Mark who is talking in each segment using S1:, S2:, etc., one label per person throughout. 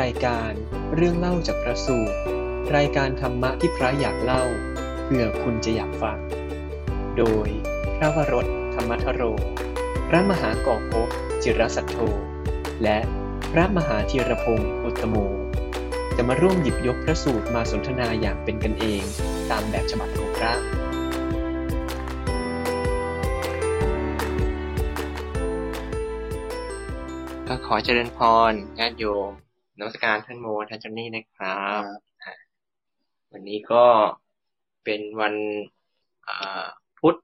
S1: รายการเรื่องเล่าจากพระสูตร รายการธรรมะที่พระอยากเล่าเผื่อคุณจะอยากฟัง โดยพระวรดธรรมทโร พระมหากอกภพจิรสัทโธ และพระมหาธีรพงศ์อุตตโม จะมาร่วมหยิบยกพระสูตรมาสนทนาอย่างเป็นกันเองตามแบบฉบับของพระ
S2: ก็ขอเจริญพรญาติโยมนมัสการท่านโมท่านเจอนนี่นะครับอ่ะวันนี้ก็เป็นวันอ่าพุธ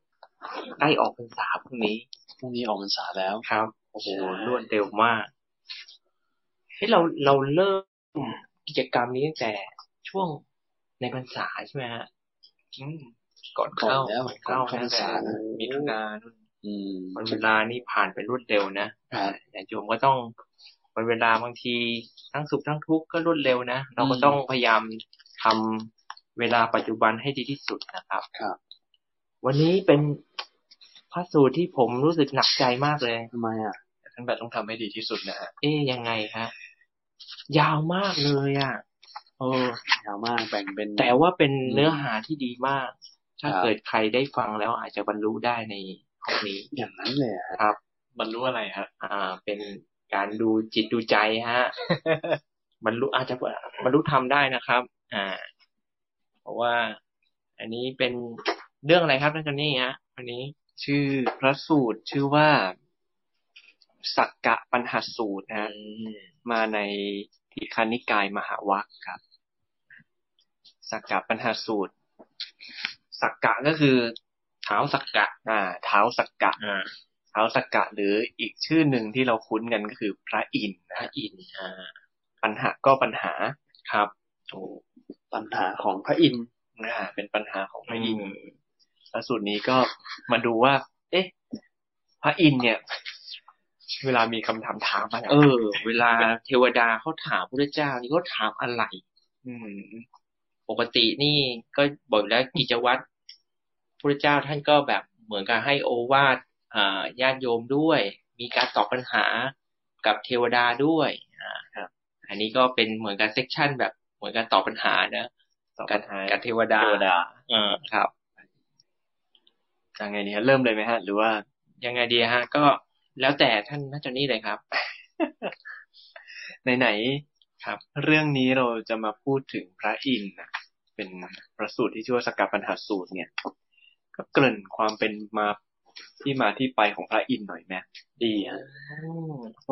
S2: ใกล้ออกพรรษาพรุ่งนี้
S3: พรุ่งนี้ออกพรรษาแล้ว
S2: ครับโอ้โห
S3: ใช่
S2: รวดเร็วมากที่เราเราเริ่มกิจกรรมนี้ตั้งแต่ช่วงในพรรษาใช่ไหมฮะอืมก่อนเข้า
S3: แล้ว
S2: ก่อนเข้า
S3: ก่อนเข้าพรรษานะ
S2: มีทุนายน
S3: อืม
S2: วันเวลานี่ผ่านไปรวดเร็วนะครับ แต่โยมก็ต้องวันเวลาบางทีทั้งสุขทั้งทุกข์ก็รวดเร็วนะ เราก็ต้องพยายามทำเวลาปัจจุบันให้ดีที่สุดนะครับ
S3: ครับ
S2: วันนี้เป็นพระสูตรที่ผมรู้สึกหนักใจมากเลย
S3: ทำไมอ่ะ
S2: ท่านแบบต้องทำให้ดีที่สุดนะฮะ เอ๊ยยังไงฮะ ยาวมากเลยอ่ะเออ
S3: ยาวมากแบ่งเป็น
S2: แต่ว่าเป็น
S3: อืม
S2: เนื้อหาที่ดีมาก ถ้า
S3: ครับ
S2: เกิดใครได้ฟังแล้วอาจจะบรรลุได้ในข้อนี้
S3: อย่างนั้นเลยอะ
S2: ครับบรรลุอะไรครับอ่า เป็นการดูจิตดูใจฮ ะ บรรลุอาจจะบรรลุธรรมได้นะครับ อ่า เพราะว่า อันนี้เป็นเรื่องอะไรครับท่านจอนนี่ฮะวันนี้
S1: ชื่อพระสูตรชื่อว่าสักกะปัญหาสูตรนะฮะมาในทีฆานิกายมหาวัคครับ สักกะปัญหาสูตร สักกะก็คือ
S2: เท้าสักกะ
S1: อ่าเท้าสักกะ
S2: อ่า
S1: เท้าสักกะ หรืออีกชื่อหนึ่งที่เราคุ้นกันก็คือพระอินทร์
S2: พ
S1: นะ
S2: ระ
S1: ฮะ
S2: อินทร์อ่า
S1: ปัญหาก็ปัญหา
S2: ครับโอ้
S3: ปัญหาของพระอินทร์
S1: อ่าเป็นปัญหาของพ
S2: พ
S1: ระ
S2: ระ
S1: อิ
S2: อิ
S1: น
S2: น
S1: ท
S2: ท
S1: ร์
S2: ร์
S1: แล้วสูตรนี้ก็มาดูว่า เอ๊ะ พระอินทร์เนี่ย เวลามีคำถามถามมาเนี่ย
S2: เออ เวลาเทวดาเขาถามพระเจ้านี่เขาถามอะไร
S1: อืม
S2: ปกตินี่ก็บอกอยู่แล้วกิจวัตรพระเจ้าท่านก็แบบเหมือนกับให้โอวาทอ่าญาติโยมด้วย มีการตอบปัญหากับเทวดาด้วยอ่าครับ อันนี้ก็เป็นเหมือนกับเซกชันแบบเหมือนการตอบปัญหานะ
S1: ตอบ
S2: กับ
S1: ปัญหา
S2: กับเทวดา
S1: เทวดา
S2: เออครับ
S1: ยังไงเนี่ยเริ่มเลยไหมฮะ หรือว่า
S2: ยังไงดีฮะ ก็แล้วแต่ท่านท่านเจอนี่เลยครับ
S1: ไหน
S2: ครับ
S1: ๆเรื่องนี้เราจะมาพูดถึงพระอินทร์นะเป็นพระสูตรที่ชื่อว่าสกกปัญหาสูตรเนี่ย ก็เกริ่นความเป็นมาที่มาที่ไปของพระอินทร์หน่อยไหมดีฮะ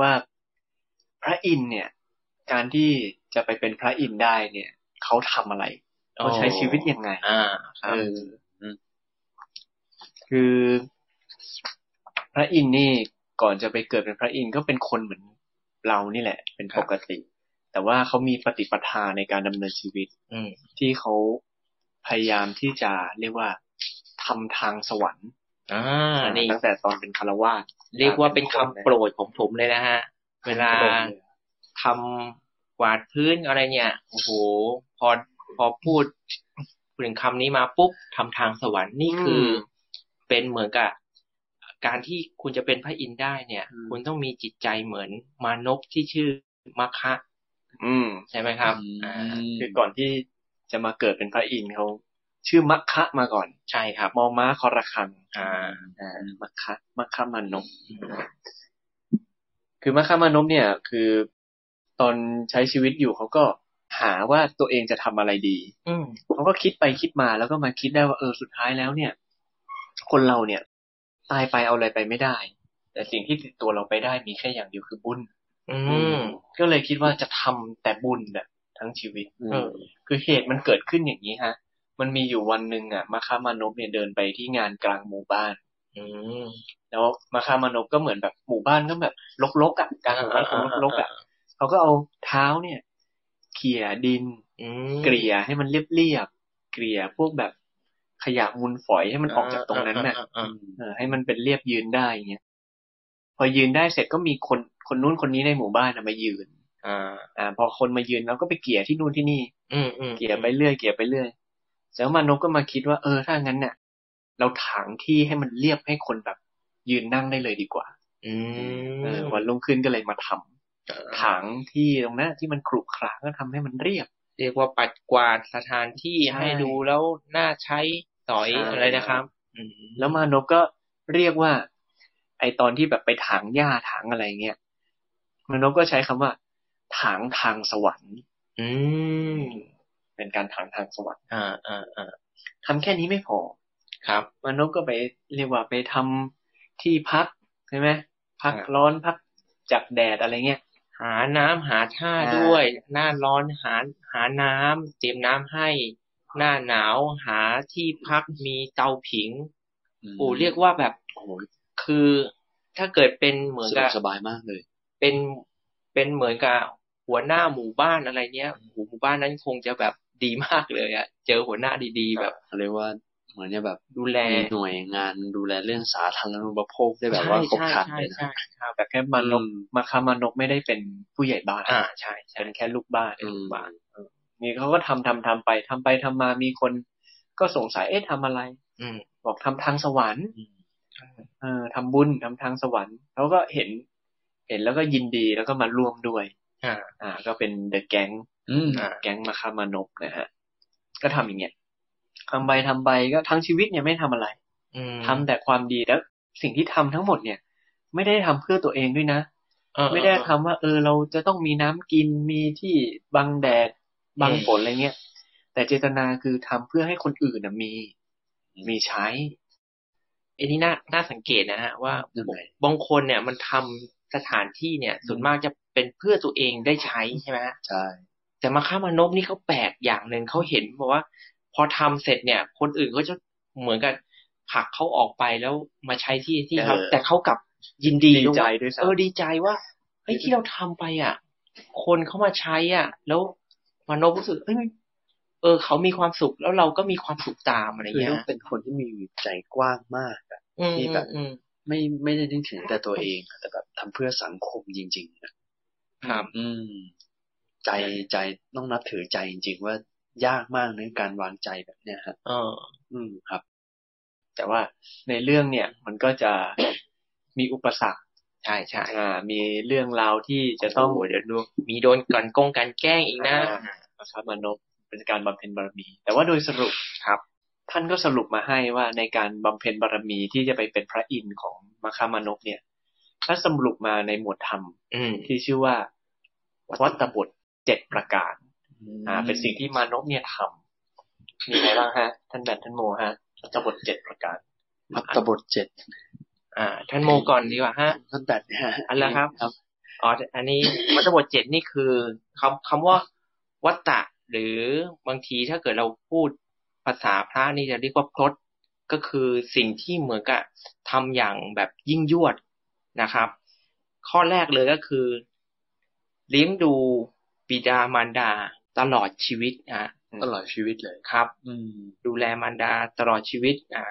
S1: ว่าพระอินทร์เนี่ย การที่จะไปเป็นพระอินทร์ได้เนี่ยเขาทำอะไรเขาใช้ชีวิตยังไง
S2: อ่าครับ
S1: เออคือพระอินทร์นี่ก่อนจะไปเกิดเป็นพระอินทร์ก็เป็นคนเหมือนเรานี่แหละ เป็น
S2: ครั
S1: ป
S2: บ
S1: กติ แต่ว่าเขามีปฏิปทาในการดำเนินชีวิต
S2: อืม
S1: ที่เขาพยายามที่จะเรียกว่าทำทางสวรรค์
S2: อ่านี่
S1: ตั้งแต่ตอนเป็นคารวาส
S2: เรียกว่าเป็นคำโปรดของผมเลยนะฮะ เวลา
S1: โปรดเลย
S2: ทำกวาดพื้นอะไรเนี่ย โอ้โห พอพอพูดพูดถึงคำนี้มาปุ๊บทำทางสวรรค์นี่คืออเป็นเหมือนกับการที่คุณจะเป็นพระอินทร์ได้เนี่ย
S3: อืม
S2: คุณต้องมีจิตใจเหมือนมานพที่ชื่อมาคะ
S1: อืม
S2: ใช่ไหมครับ
S3: อื
S2: อ่าม
S1: คือก่อนที่จะมาเกิดเป็นพระอินทร์เขาชื่อมัคคะมาก่อน
S2: ใช่ครับ
S1: มอม้าคอระคัง
S2: อ่า
S1: อ่ามัคคะมัคคะมานพคือมัคคะมานพเนี่ย คือตอนใช้ชีวิตอยู่เขาก็หาว่าตัวเองจะทำอะไรดี
S2: อืม
S1: เขาก็คิดไปคิดมาแล้วก็มาคิดได้ว่าเออสุดท้ายแล้วเนี่ย คนเราเนี่ย ตายไปเอาอะไรไปไม่ได้ แต่สิ่งที่ติดตัวเราไปได้มีแค่อย่างเดียวคือบุญ
S2: อืม
S1: ก็เลยคิดว่าจะทำแต่บุญแบบทั้งชีวิต
S3: อืม
S2: เออ
S1: คือเหตุมันเกิดขึ้นอย่างนี้ฮะ มันมีอยู่วันหนึ่งอ่ะมัคคะมานพเนี่ยเดินไปที่งานกลางหมู่บ้าน
S2: อืม
S1: แล้วมาคามานพก็เหมือนแบบหมู่บ้านก็แบบรกๆอ่ะกลางหมู่บ้านคงรกๆอ่ะเขาก็เอาเท้าเนี่ย เขี่ยดิน
S2: อืม
S1: เกลี่ยให้มันเรียบๆเกลี่ยพวกแบบขยะมูลฝอยให้มันออกจากตรงนั้นน่ะ
S2: อ่าอ่าอ่าอ่า
S1: เออให้มันเป็นเรียบยืนได้อย่างเงี้ยพอยืนได้เสร็จก็มีคนคนนู้นคนนี้ในหมู่บ้านนะมายืน
S2: อ่า
S1: อ่า พอคนมายืนเราก็ไปเกลี่ยที่นู่นที่นี่
S2: อืมอืม
S1: เกลี่ยไปเรื่อยเกลี่ยไปเรื่อยแล้วมานพก็มาคิดว่าเออถ้างั้นเนี่ยเราถางที่ให้มันเรียบให้คนแบบยืนนั่งได้เลยดีกว่า
S2: อืม
S1: เออวันรุ่งขึ้นก็เลยมาทำ
S4: ถังที่ตรงนั้นที่มันขรุขระก็ทำให้มันเรียบ เรียกว่าปัดกวาดสถานที่
S1: ใช่
S4: ให้ดูแล้วน่าใช้สอย
S1: ใช่
S4: อะไรนะครับ อืม
S1: แล้วมานพก็เรียกว่า ไอตอนที่แบบไปถางหญ้าถางอะไรเงี้ยมานพก็ใช้คำว่าถางทางสวรรค์
S4: อืม
S1: เป็นการถางทางสวรรค์
S4: อ่าอ่าอ่า
S1: ทำแค่นี้ไม่พอ
S4: ครับ
S1: มานพก็ไปเรียกว่าไปทำที่พักใช่ไหมพัก
S4: ครับ
S1: ร้อนพักจากแดดอะไรเงี้ย
S4: หาน้ำหาท่าด้วย หน้าร้อนหาหาน้ำเตรียมน้ำให้ หน้าหนาวหาที่พักมีเตาผิงโอ้เรียกว่าแบบ
S3: โอ้โห
S4: คือถ้าเกิดเป็นเหมือน
S3: สะด
S4: กั
S3: ว
S4: บ
S3: กสบายมากเลย
S4: เป็นเป็นเหมือนกับหัวหน้าหมู่บ้านอะไรเนี้ยโอ้โหหมู่บ้านนั้นคงจะแบบดีมากเลยอะเจอหัวหน้าดีๆ แบบ
S3: เรียกว่าเหมือนจะแบบ
S4: ดูแล
S3: มีหน่วยงานดูแลเรื่องสาธารณูปโภคได้แบบว่าครบ
S4: ใช่
S3: ครันเลยนะ
S4: ใช่ใช่ครับ
S1: แต่แค่มานพ
S3: อืม
S1: มาคามานพไม่ได้เป็นผู้ใหญ่บ้าน
S4: อ่าใช่ใช่
S1: เป็นแค่ลูกบ้าน
S3: อืม
S1: ลูกบ้านเออนี่เขาก็ทำทำทำไปทำไปทำมามีคนก็สงสัยเอ๊ะทำอะไร
S4: อืม
S1: บอกทำทางสวรรค์เออทำบุญทำทางสวรรค์เขาก็เห็น เห็นแล้วก็ยินดีแล้วก็มาร่วมด้วย
S4: อ่า
S1: อ่า ก็เป็นเดอะแก๊ง
S3: อืม
S4: อ่า
S1: แก๊งมาคามานพนะฮะ ก็ทำอย่างเงี้ยทำไปทำไปก็ทั้งชีวิตเนี่ยไม่ทำอะไร
S4: อืม
S1: ทำแต่ความดีแล้วสิ่งที่ทำทั้งหมดเนี่ย ไม่ได้ทำเพื่อตัวเองด้วยนะ
S4: เออ
S1: ไม่ได้ทำว่า เออเราจะต้องมีน้ำกินมีที่บังแดดบังฝนอะไรเงี้ยแต่เจตนาคือทำเพื่อให้คนอื่นนะมี มีใช้
S4: ไอ้นี่น่าน่าสังเกตนะฮะว่า
S3: ยังไง
S4: บางคนเนี่ยมันทำสถานที่เนี่ย ส่วนมากจะเป็นเพื่อตัวเองได้ใช้ใช่ไหมฮะ
S3: ใช่
S4: แต่มาค้ามานพนี่เขาแปลกอย่างหนึ่งเขาเห็นบอกว่า พอทำเสร็จเนี่ย คนอื่นก็จะเหมือนกับผลักเขาออกไปแล้วมาใช้ที่ที่เขา
S1: เออ
S4: แต่เขากลับยินดี
S1: ดีใจด้
S4: ด้วย
S1: วยซ้
S4: เออดีใจว่าเฮ้ยที่เราทำไปอ่ะ คนเขามาใช้อ่ะ แล้วมานพรู้สึกเอ้ยเออ เขามีความสุขแล้วเราก็มีความสุขตามอะไร
S3: คือ
S4: เงี้ย
S3: ต้องเป็นคนที่มีใจกว้างมากอะ
S4: อืม
S3: ที่แบบ
S4: อืม
S3: ไม่ไม่ได้นึกถึงแต่ตัวเองอะแต่แบบทำเพื่อสังคมจริงๆนะ
S4: ครับ
S3: อืม ใจใจต้องนับถือใจจริงๆว่ายากมากในะการวางใจแบบเนี้ยฮะ
S4: เออ
S3: อืมครับ
S1: ำแต่ว่าในเรื่องเนี่ย มันก็จะมีอุปสรรค
S4: ใช่ใช่
S1: อ่า มีเรื่องราวที่จะต้อง
S4: โโหเดี๋ยวดูมีโดนกลันกงกลันแกล้งอีกนะ
S1: นะครับมานพเป็นการบำเพ็ญบารมี แต่ว่าโดยสรุป
S4: ครับ
S1: ท่านก็สรุปมาให้ว่าในการบำเพ็ญบารมีที่จะไปเป็นพระอินทร์ของมัคคามานพเนี่ยท่านสรุปมาในหมวดธรรม
S4: อืม
S1: ที่ชื่อว่าวัตตบทเจ็ดประการอ่า เป็นสิ่งที่มานพเนี่ยทำมีอะไรบ้างฮะ ท่านแบนท่านโมฮะวัตตบทเจ็ดประการ
S3: มัตตบทเจ็ด
S4: อ่า ท่านโมก่อนดีกว่าฮะ
S3: ท่านแบดเนยฮะ
S4: อันละครับ
S3: ครับ
S4: อ๋ออันนี้ วัตถบทเจ็ดนี่คือคำคำว่าวัตตะ หรือบางทีถ้าเกิดเราพูดภาษาพระนี่จะเรียกว่าพลดก็คือสิ่งที่เหมือนกับทำอย่างแบบยิ่งยวดนะครับ ข้อแรกเลยก็คือ เลี้ยงดูบิดามารดาตลอดชีวิตอ่ะ
S3: ตลอดชีวิตเลย
S4: ครับ
S3: อืม
S4: ดูแลมารดาตลอดชีวิต อ่า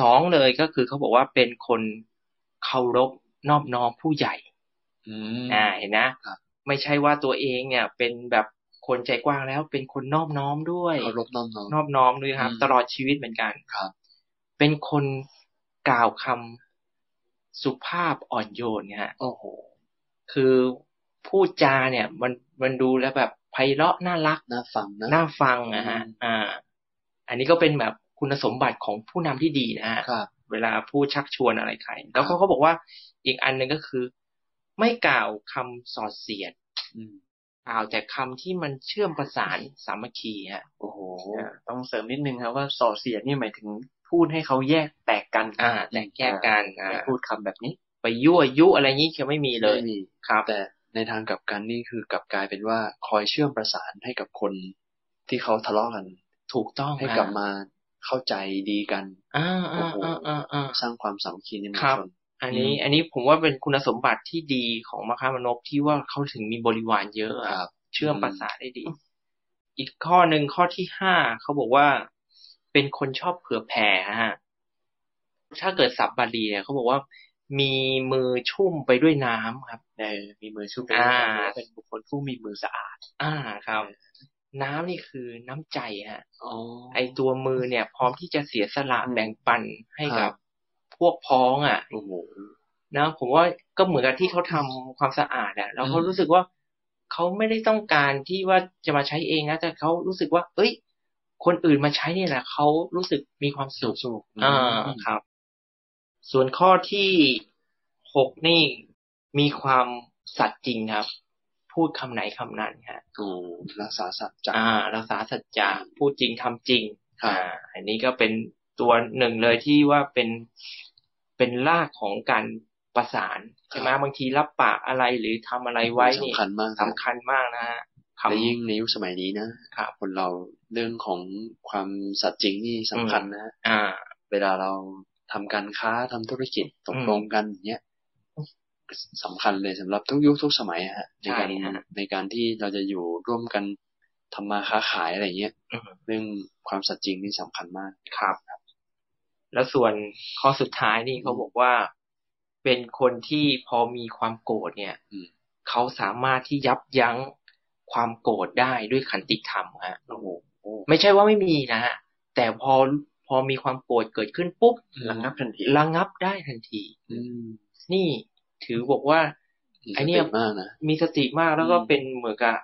S4: สองเลยก็คือเขาบอกว่าเป็นคนเคารพนอบน้อมผู้ใหญ่
S3: อืม
S4: อ่าเห็นนะครับ ไม่ใช่ว่าตัวเองเนี่ย เป็นแบบคนใจกว้างแล้ว เป็นคนนอบน้อมด้วย
S3: เคารพน้อมน้อม
S4: นอบน้อมด้วยครับ
S3: อืม
S4: ตลอดชีวิตเหมือนกัน
S3: ครับ
S4: เป็นคนกล่าวคำสุภาพอ่อนโยนเนี่ยฮะ
S3: โอ้โห
S4: คือพูดจาเนี่ย มันมันดูแล้วแบบไพเราะน่ารัก
S3: น่าฟังนะ
S4: น่าฟังนะฮะ
S3: อืม
S4: อ่า อันนี้ก็เป็นแบบคุณสมบัติของผู้นำที่ดีนะฮะ
S3: ครับ
S4: เวลาพูดชักชวนอะไรใคร แล้วเขาก็บอกว่าอีกอันหนึ่งก็คือ ไม่กล่าวคำส่อเสียด
S3: อืม
S4: กล่าวแต่คำที่มันเชื่อมประ สานสามัคคีฮะ
S3: โอ้โห
S1: อ่า ต้องเสริมนิดนึงครับว่าส่อเสียดนี่หมายถึงพูดให้เขาแยกแตกกัน
S4: อ่า แต่แก้กันอ่า
S1: อย่าพูดคำแบบนี้
S4: ไปยั่วยุอะไรนี้จะไม่มีเล
S3: ไม่
S4: ย
S3: มี
S4: ครับ
S3: แต่ในทางกลับกันนี่คือกลับกลายเป็นว่าคอยเชื่อมประสานให้กับคนที่เขาทะเลาะกัน
S4: ถูกต้อง
S3: ให้
S4: ฮะ
S3: กลับมาเข้าใจดีกัน
S4: อ่าอ่าอ่าอ่าอ่า
S3: สร้างความสามัคคีในหมวล
S4: ครับ
S3: ชน
S4: อันนี้ อันนี้ผมว่าเป็นคุณสมบัติที่ดีของมคามนพที่ว่าเขาถึงมีบริวารเยอะอะ
S3: ครับ
S4: เชื่อมประสานได้ดี อีกข้อหนึ่งข้อที่ห้าเขาบอกว่าเป็นคนชอบเผื่อแผ่ฮะถ้าเกิดสับบาลีเนี่ยเขาบอกว่ามีมือชุ่มไปด้วยน้ำครับ
S1: เออมีมือชุ่ม
S4: อ่า
S1: เป็นบุคคลผู้มีมือสะอาด
S4: อ่าครับ น้ำนี่คือน้ำใจฮะ
S3: อ๋อ
S4: ไอตัวมือเนี่ย พร้อมที่จะเสียสละ
S1: อืม
S4: แบ่งปันให้
S3: ครั
S4: กับ บพวกพ้องอ่ะ
S3: โอ้โห
S4: นะผมว่าก็เหมือนกับที่เขาทำความสะอาดอะแล้วเขา
S1: อืม
S4: รู้สึกว่าเขาไม่ได้ต้องการที่ว่าจะมาใช้เองนะแต่เขารู้สึกว่า เอ้ย คนอื่นมาใช้เนี่ยแหละเขารู้สึกมีความสุข
S3: สุข
S4: อ่าครับ ส่วนข้อที่หกนี่มีความสัตย์จริงครับ พูดคำไหนคำนั้นฮะ
S3: ถูกรักษาสัจจะ
S4: อ่ารักษาสัจจะพูดจริงทำจริง
S3: ครับ
S4: อ่าอันนี้ก็เป็นตัวหนึ่งเลยที่ว่าเป็นเป็นรากของการประสานใช่ไหมบางทีรับปากอะไรหรือทำอะไรไว้เนี่ย
S3: สำคัญมากนะ
S4: สำคัญมากนะฮะคำ
S3: และยิ่งในยุคสมัยนี้นะครับคนเราเรื่องของความสัตย์จริงนี่สำคัญนะฮะ
S4: อ่า
S3: เวลาเราทำการค้าทำธุรกิจตกลงกันอย่างเนี้ยสำคัญเลยสำหรับทุกยุคทุกสมัยอะฮะในการ
S4: ใช่ฮะ
S3: ในการที่เราจะอยู่ร่วมกันทำมาค้าขายอะไรอย่างเงี้ย
S4: อืม
S3: เรื่องความสัตย์จริงนี่สำคัญมาก
S4: ครับ แล้วส่วนข้อสุดท้ายนี่เขาบอกว่าเป็นคนที่พอมีความโกรธเนี่ย
S3: อืม
S4: เขาสามารถที่ยับยั้งความโกรธได้ด้วยขันติธรรมฮะ
S3: โอ้โห
S4: ไม่ใช่ว่าไม่มีนะฮะแต่พอพอมีความโกรธเกิดขึ้นปุ๊บ
S3: ระงับทันที
S4: ระงับได้ทันที
S3: อืม
S4: นี่ถือบอกว่า ไอ้เนี่ย
S3: สติมากนะ
S4: มีสติมากแล้วก็
S3: อืม
S4: เป็นเหมือนกับ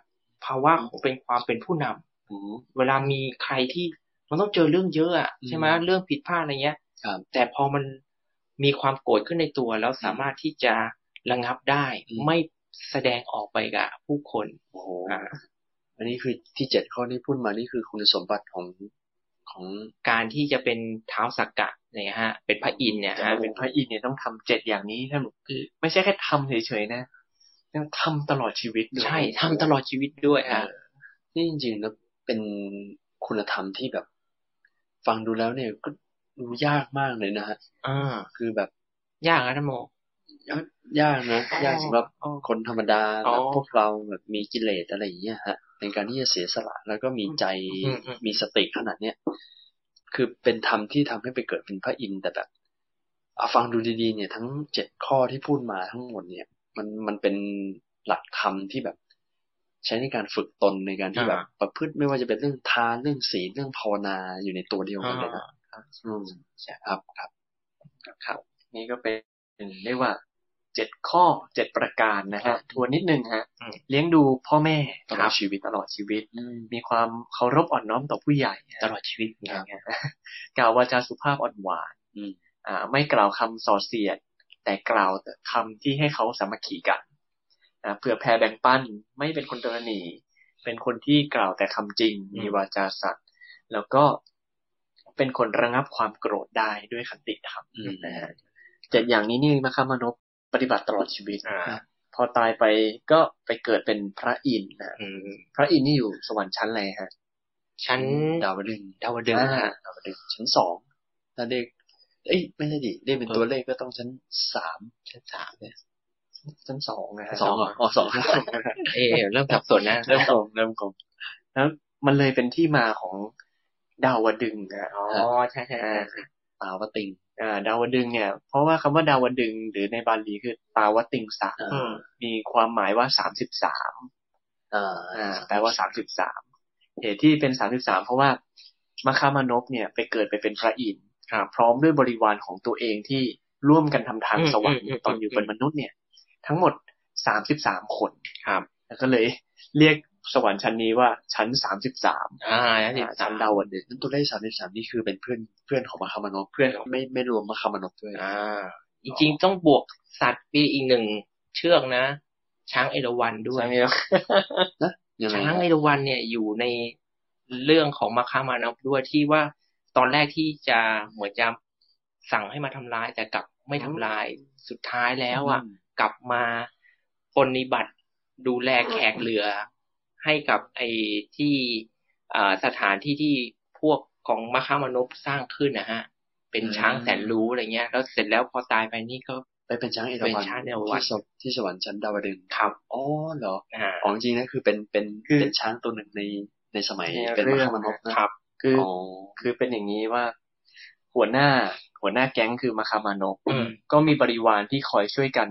S4: ภาวะของเป็นความเป็นผู้นำ
S3: โอ้โห
S4: เวลามีใครที่มันต้องเจอเรื่องเยอะอะใช่ไหม
S3: อืม
S4: เรื่องผิดพลาดอะไรเงี้ย
S3: ครับ
S4: แต่พอมันมีความโกรธขึ้นในตัว แล้วสามารถที่จะระงับได้ ไม่แสดงออกไปกับผู้คน
S3: โอ้โห
S4: อ่า
S3: อันนี้คือที่เจ็ดข้อที่พูดมานี่คือคุณสมบัติของของ
S4: การที่จะเป็นเท้าวสักกะเนี่ยฮะ เป็นพระอินทร์เนี่ย
S1: แต่
S4: ฮะ
S1: ว่าเป็นพระอินทร์เนี่ยต้องทำเจ็ดอย่างนี้ท่านคือไม่ใช่แค่ทำเฉยๆนะต้องทำตลอดชีวิตด้วย
S4: ใช่ทำตลอดชีวิตด้วยฮะ
S3: นี่จริงๆแล้วเป็นคุณธรรมที่แบบ ฟังดูแล้วเนี่ยก็ดูยากมากเลยนะฮะ
S4: อ่า
S3: คือแบบ
S4: ยากนะท่านโม
S3: ยากยากนะยากสำหรับ
S4: อ๋อ
S3: คนธรรมดา
S4: อ๋อ
S3: แบบพวกเราแบบมีกิเลสอะไรอย่างเงี้ยฮะในการที่จะเสียสละแล้วก็มีใจ
S4: อืมอืม
S3: มีสติขนาดเนี้ยคือเป็นธรรมที่ทำให้ไปเกิดเป็นพระอินทร์แต่แบบเอาฟังดูดีๆเนี่ย ทั้งเจ็ดข้อที่พูดมาทั้งหมดเนี่ย มันมันเป็นหลักธรรมที่แบบ ใช้ในการฝึกตนในการที่
S4: อ่า
S3: แบบประพฤติไม่ว่าจะเป็นเรื่องทานเรื่องศีลเรื่องภาวนาอยู่ในตัวเดียวกันเลยนะอืมใช่ครับครับ
S1: ครับ นี่ก็เป็นเรียกว่าเจ็ดข้อเจ็ดประการนะฮะทวนนิดนึงฮะ
S4: อืม
S1: เลี้ยงดูพ่อแม่
S3: ตลอดชีวิต
S1: ตลอดชีวิต มีความเคารพอ่อนน้อมต่อผู้ใหญ่
S4: ตลอดชีวิต
S1: อ
S4: ครั
S1: ย่า
S4: บ
S1: งเงี้ย กล่าววาจาสุภาพอ่อนหวาน
S3: อืม
S1: อ่า ไม่กล่าวคำส่อเสียด แต่กล่าวแต่คำที่ให้เขาสามัคคีกันนะเผื่อแผ่แบ่งปันไม่เป็นคนตรณีเป็นคนที่กล่าวแต่คำจริง มีวาจาสัตย์แล้วก็เป็นคนระงับความโกรธได้ด้วยขันติธรรม
S3: อืม
S1: นะฮะเจ็ดอย่างนี้นี่มาคามานพปฏิบัติตลอดชีวิต
S4: อ่า
S1: พอตายไปก็ไปเกิดเป็นพระอินทร์นะ
S4: อืม
S1: พระอินทร์นี่อยู่สวรรค์ชั้นอะไรฮะ
S4: ชั้น
S3: ดาวดึงส์
S4: ดาวดึงส์
S1: อ่า
S4: ฮะ
S3: เอามาดูชั้นสองถ้าเลขเอ้ยไม่ใช่ดิเลขเป็นตัวเลขก็ต้องชั้นสาม
S1: ชั้นสามเนี่ยชั้นสองนะฮะ
S3: สองเหรออ๋อสอง
S4: เอะเริ่ มสับสนนะ
S1: เริ่มตรงเริ่มกลมแล้วมันเลยเป็นที่มาของดาวดึงส์นะ
S4: อ๋อใช่ใช่ใช่
S1: อ่า
S3: ตาวติง
S1: อ่าดาวดึงส์เนี่ย เพราะว่าคำว่าดาวดึงส์หรือในบาลีคือตาวติงสาม
S3: อืม
S1: มีความหมายว่าสามสิบสาม
S3: อ่า
S1: อ่าแปลว่าสามสิบสามเหตุที่เป็นสามสิบสามเพราะว่ามัคคามานพเนี่ยไปเกิดไปเป็นพระอินทร์
S4: ครับ
S1: พร้อมด้วยบริวารของตัวเองที่ร่วมกันทำทาง
S4: อืม
S1: สวรรค์
S4: อืมอืม
S1: ตอนอยู่เป็นมนุษย์เนี่ย ทั้งหมดสามสิบสามคน
S4: ครับ
S1: แล้วก็เลยเรียกสวรรค์ชั้นนี้ว่าชั้นสามสิบสาม
S4: อ่า
S1: อันนี้สา
S4: ชั้
S1: น ม
S4: ดา
S1: ดาว วอันเด็ด
S3: นั้นตัวเลขสามสิบสามนี่คือเป็นเพื่อนเพื่อนของมาคามานพ
S1: เพื่อนของ
S3: ไม่ไม่รวมมาคามานพด้วย
S4: อ่าจริงๆต้องบวกสัตว์ปีอีกหนึ่งเชือกนะ ช้างเอราวัณด้วย
S1: ช้างเอราวัณ
S3: ยังไง
S4: ช้างเอราวัณเนี่ยอยู่ในเรื่องของมาคามานพด้วยที่ว่าตอนแรกที่จะเหมือนจะสั่งให้มาทำร้ายแต่กลับไม่ทำร้ายสุดท้ายแล้วอ่ะ กลับมาปรนนิบัติดูแลแขกเรือ ให้กับไอ้ที่อ่าสถานที่ที่พวกของมหามนุษย์สร้างขึ้นนะฮะ เป็นช้างแสนรู้อะไรเงี้ย แล้วเสร็จแล้วพอตายไปนี่ก็
S3: ไปเป็นช้างเอราวัณ
S4: เป็นช้างเอราวัณ
S3: ที่สวที่สวรรค์ชั้นดาวดึงส์
S4: ครับ
S3: อ๋อเหรอ
S4: อ่า
S3: อ๋อจริงๆนะคือเป็นเป็น
S1: คือ
S3: เป็นช้างตัวหนึ่งในในสมัย
S1: ใน
S3: เป็น
S1: เรื่
S3: มา
S1: อง
S3: คามานพนะครับ
S1: คือ
S3: อ๋อ
S1: คือเป็นอย่างนี้ว่า หัวหน้าหัวหน้าแก๊งคือมาคามานพ
S4: อืม
S1: ก็มีบริวารที่คอยช่วยกัน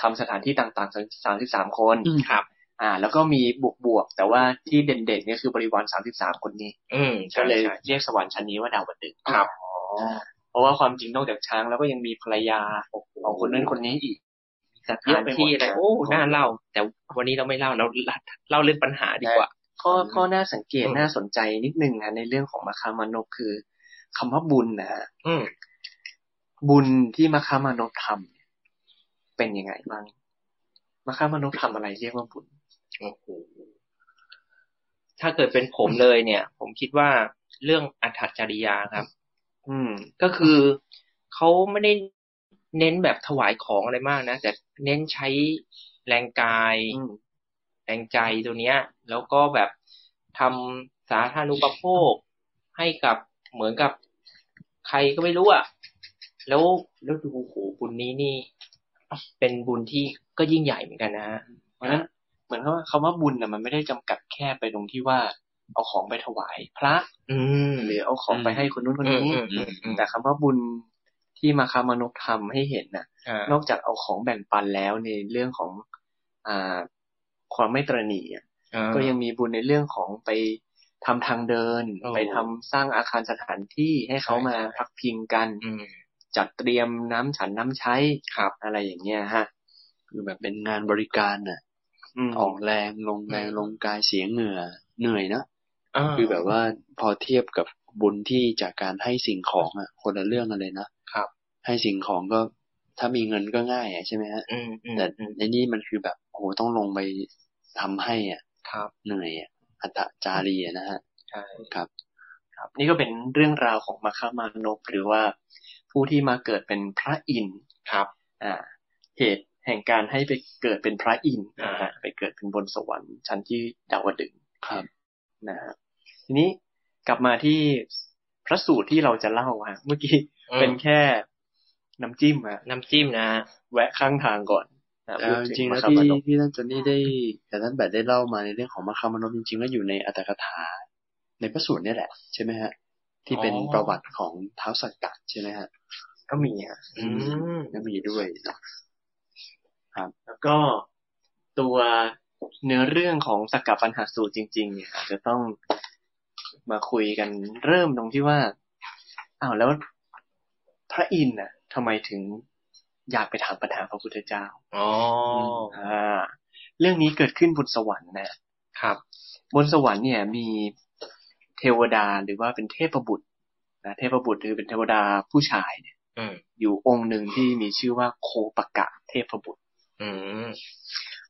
S1: ทำสถานที่ต่างๆสามสิบสามคน
S3: อืม
S4: ครับ
S1: อ่า แล้วก็มีบวกบวกๆแต่ว่าที่เด่นๆเนี่ยคือบริวารสามสิบสามคนนี้
S4: อืม
S1: ก็
S4: ใช่
S1: เลย
S4: ใช่
S1: เรียกสวรรค์ชั้นนี้ว่าดาวดึงส์
S4: ครับ
S3: อ๋อ
S1: เพราะว่าความจริงนอกจากช้างแล้วก็ยังมีภรรยาของคนนั้นคนนี้อีก
S4: สถานที่อะไรโอ้น่าเล่า แต่วันนี้เราไม่เล่าเราเล่าเรื่องปัญหาดีกว่า
S1: ข้อข้อน่าสังเกต
S4: อืม
S1: น่าสนใจนิดนึงนะในเรื่องของมาคามานพคือคำว่าบุญนะฮะ
S4: อืม
S1: บุญที่มาคามานพทำเนี่ยเป็นยังไงบ้างมาคามานพทำอะไรเรียกว่าบุญ
S4: โอ้โหถ้าเกิดเป็นผมเลยเนี่ย ผมคิดว่าเรื่องอัธจริยาครับ
S1: อืม
S4: ก็คือเขาไม่ได้เน้นแบบถวายของอะไรมากนะ แต่เน้นใช้แรงกาย
S1: อืม
S4: แรงใจตัวเนี้ย แล้วก็แบบทำสาธารณูปโภค ให้กับเหมือนกับใครก็ไม่รู้อะแล้วแล้วดูโอ้โหบุญนี้นี่ เป็นบุญที่ก็ยิ่งใหญ่เหมือนกันนะฮะ
S1: เพราะฉะนั้นเหมือนกับว่าคำว่าบุญน่ะมันไม่ได้จำกัดแค่ไปตรงที่ว่าเอาของไปถวายพระ
S4: อืม
S1: หรือเอาของไปให้คนนู้นคนนี้
S4: อืมอืมอืมอืม
S1: แต่คำว่าบุญที่มาคามานพทำให้เห็นน่ะ
S4: อ่าน
S1: อกจากเอาของแบ่งปันแล้วในเรื่องของอ่าความไม่ตระหนี่อะ
S4: อ่า
S1: ก็ยังมีบุญในเรื่องของไปทำทางเดิน
S4: โอ้
S1: ไปทำสร้างอาคารสถานที่ให้เขา
S4: ใช่
S1: มา
S4: ใช่
S1: พักพิงกัน
S4: อืม
S1: จัดเตรียมน้ำฉันน้ำใช้
S4: ครับ
S1: อะไรอย่างเงี้ยฮะ
S3: คือแบบเป็นงานบริการน่ะ
S1: อืม
S3: ออกแรงลงแรงลงกายเสียเหงื่อเหนื่อยนะ
S4: อ่า
S3: คือแบบว่าพอเทียบกับบุญที่จากการให้สิ่งของอ่ะ คนละเรื่องกันเลยนะครับ ให้สิ่งของก็ถ้ามีเงินก็ง่ายอ่ะใช่ไหมฮะ
S4: อืมอืม
S3: แต่
S4: อืม
S3: ในนี่มันคือแบบโอ้โหต้องลงไปทำให้อ่ะ
S4: ครับ
S3: เหนื่อยอ่ะอัตจารีอ่ะนะฮะ
S4: ใช่
S3: ครับ
S1: ครับนี่ก็เป็นเรื่องราวของมัคคามานพหรือว่าผู้ที่มาเกิดเป็นพระอินทร์
S4: ครับ
S1: อ่า เหตุแห่งการให้ไปเกิดเป็นพระอินทร์
S4: อ่า
S1: นะฮะไปเกิดเป็นบนสวรรค์ชั้นที่ดาวดึงส์
S3: ครับ
S1: นะฮะทีนี้กลับมาที่พระสูตรที่เราจะเล่าฮะเมื่อกี้
S4: อืม
S1: เป็นแค่น้ำจิ้มฮะ
S4: น้ำจิ้มนะ
S1: แวะข้างทางก่อนนะ
S3: แต่
S1: พูด
S3: จ
S1: ถึ
S3: ริงๆ
S1: มั
S3: แล้
S1: คว คามา
S3: ที่
S1: นพ
S3: ที่ท่านจอนนี่ได้แต่ท่านแบบได้เล่ามาในเรื่องของมรรคามนพจริงๆก็อยู่ในอัตถกถา ในพระสูตรเนี่ยแหละ ใช่ไหมฮะ ที่เป็น
S4: อ๋อ
S3: ประวัติของเท้าวสักกะใช่ไหมฮะ
S1: ก็มีฮะ
S4: อืม
S3: ก็มีด้วยเนาะ
S1: แล้วก็ตัวเนื้อเรื่องของสกกะปัญหาสูตรจริง ๆ เนี่ยอาจจะต้องมาคุยกันเริ่มตรงที่ว่าอ้าวแล้วพระอินทร์น่ะทำไมถึงอยากไปถามปัญหาพระพุทธเจ้า
S4: อ๋อ
S1: อ่า เรื่องนี้เกิดขึ้นบนสวรรค์นะครับ บนสวรรค์เนี่ยมีเทวดาหรือว่าเป็นเทพบุตรนะเทพบุตรหรือเป็นเทวดาผู้ชายเนี่ย
S4: อืม
S1: อยู่องค์หนึ่งที่มีชื่อว่าโคปกะเทพบุตร
S4: อืม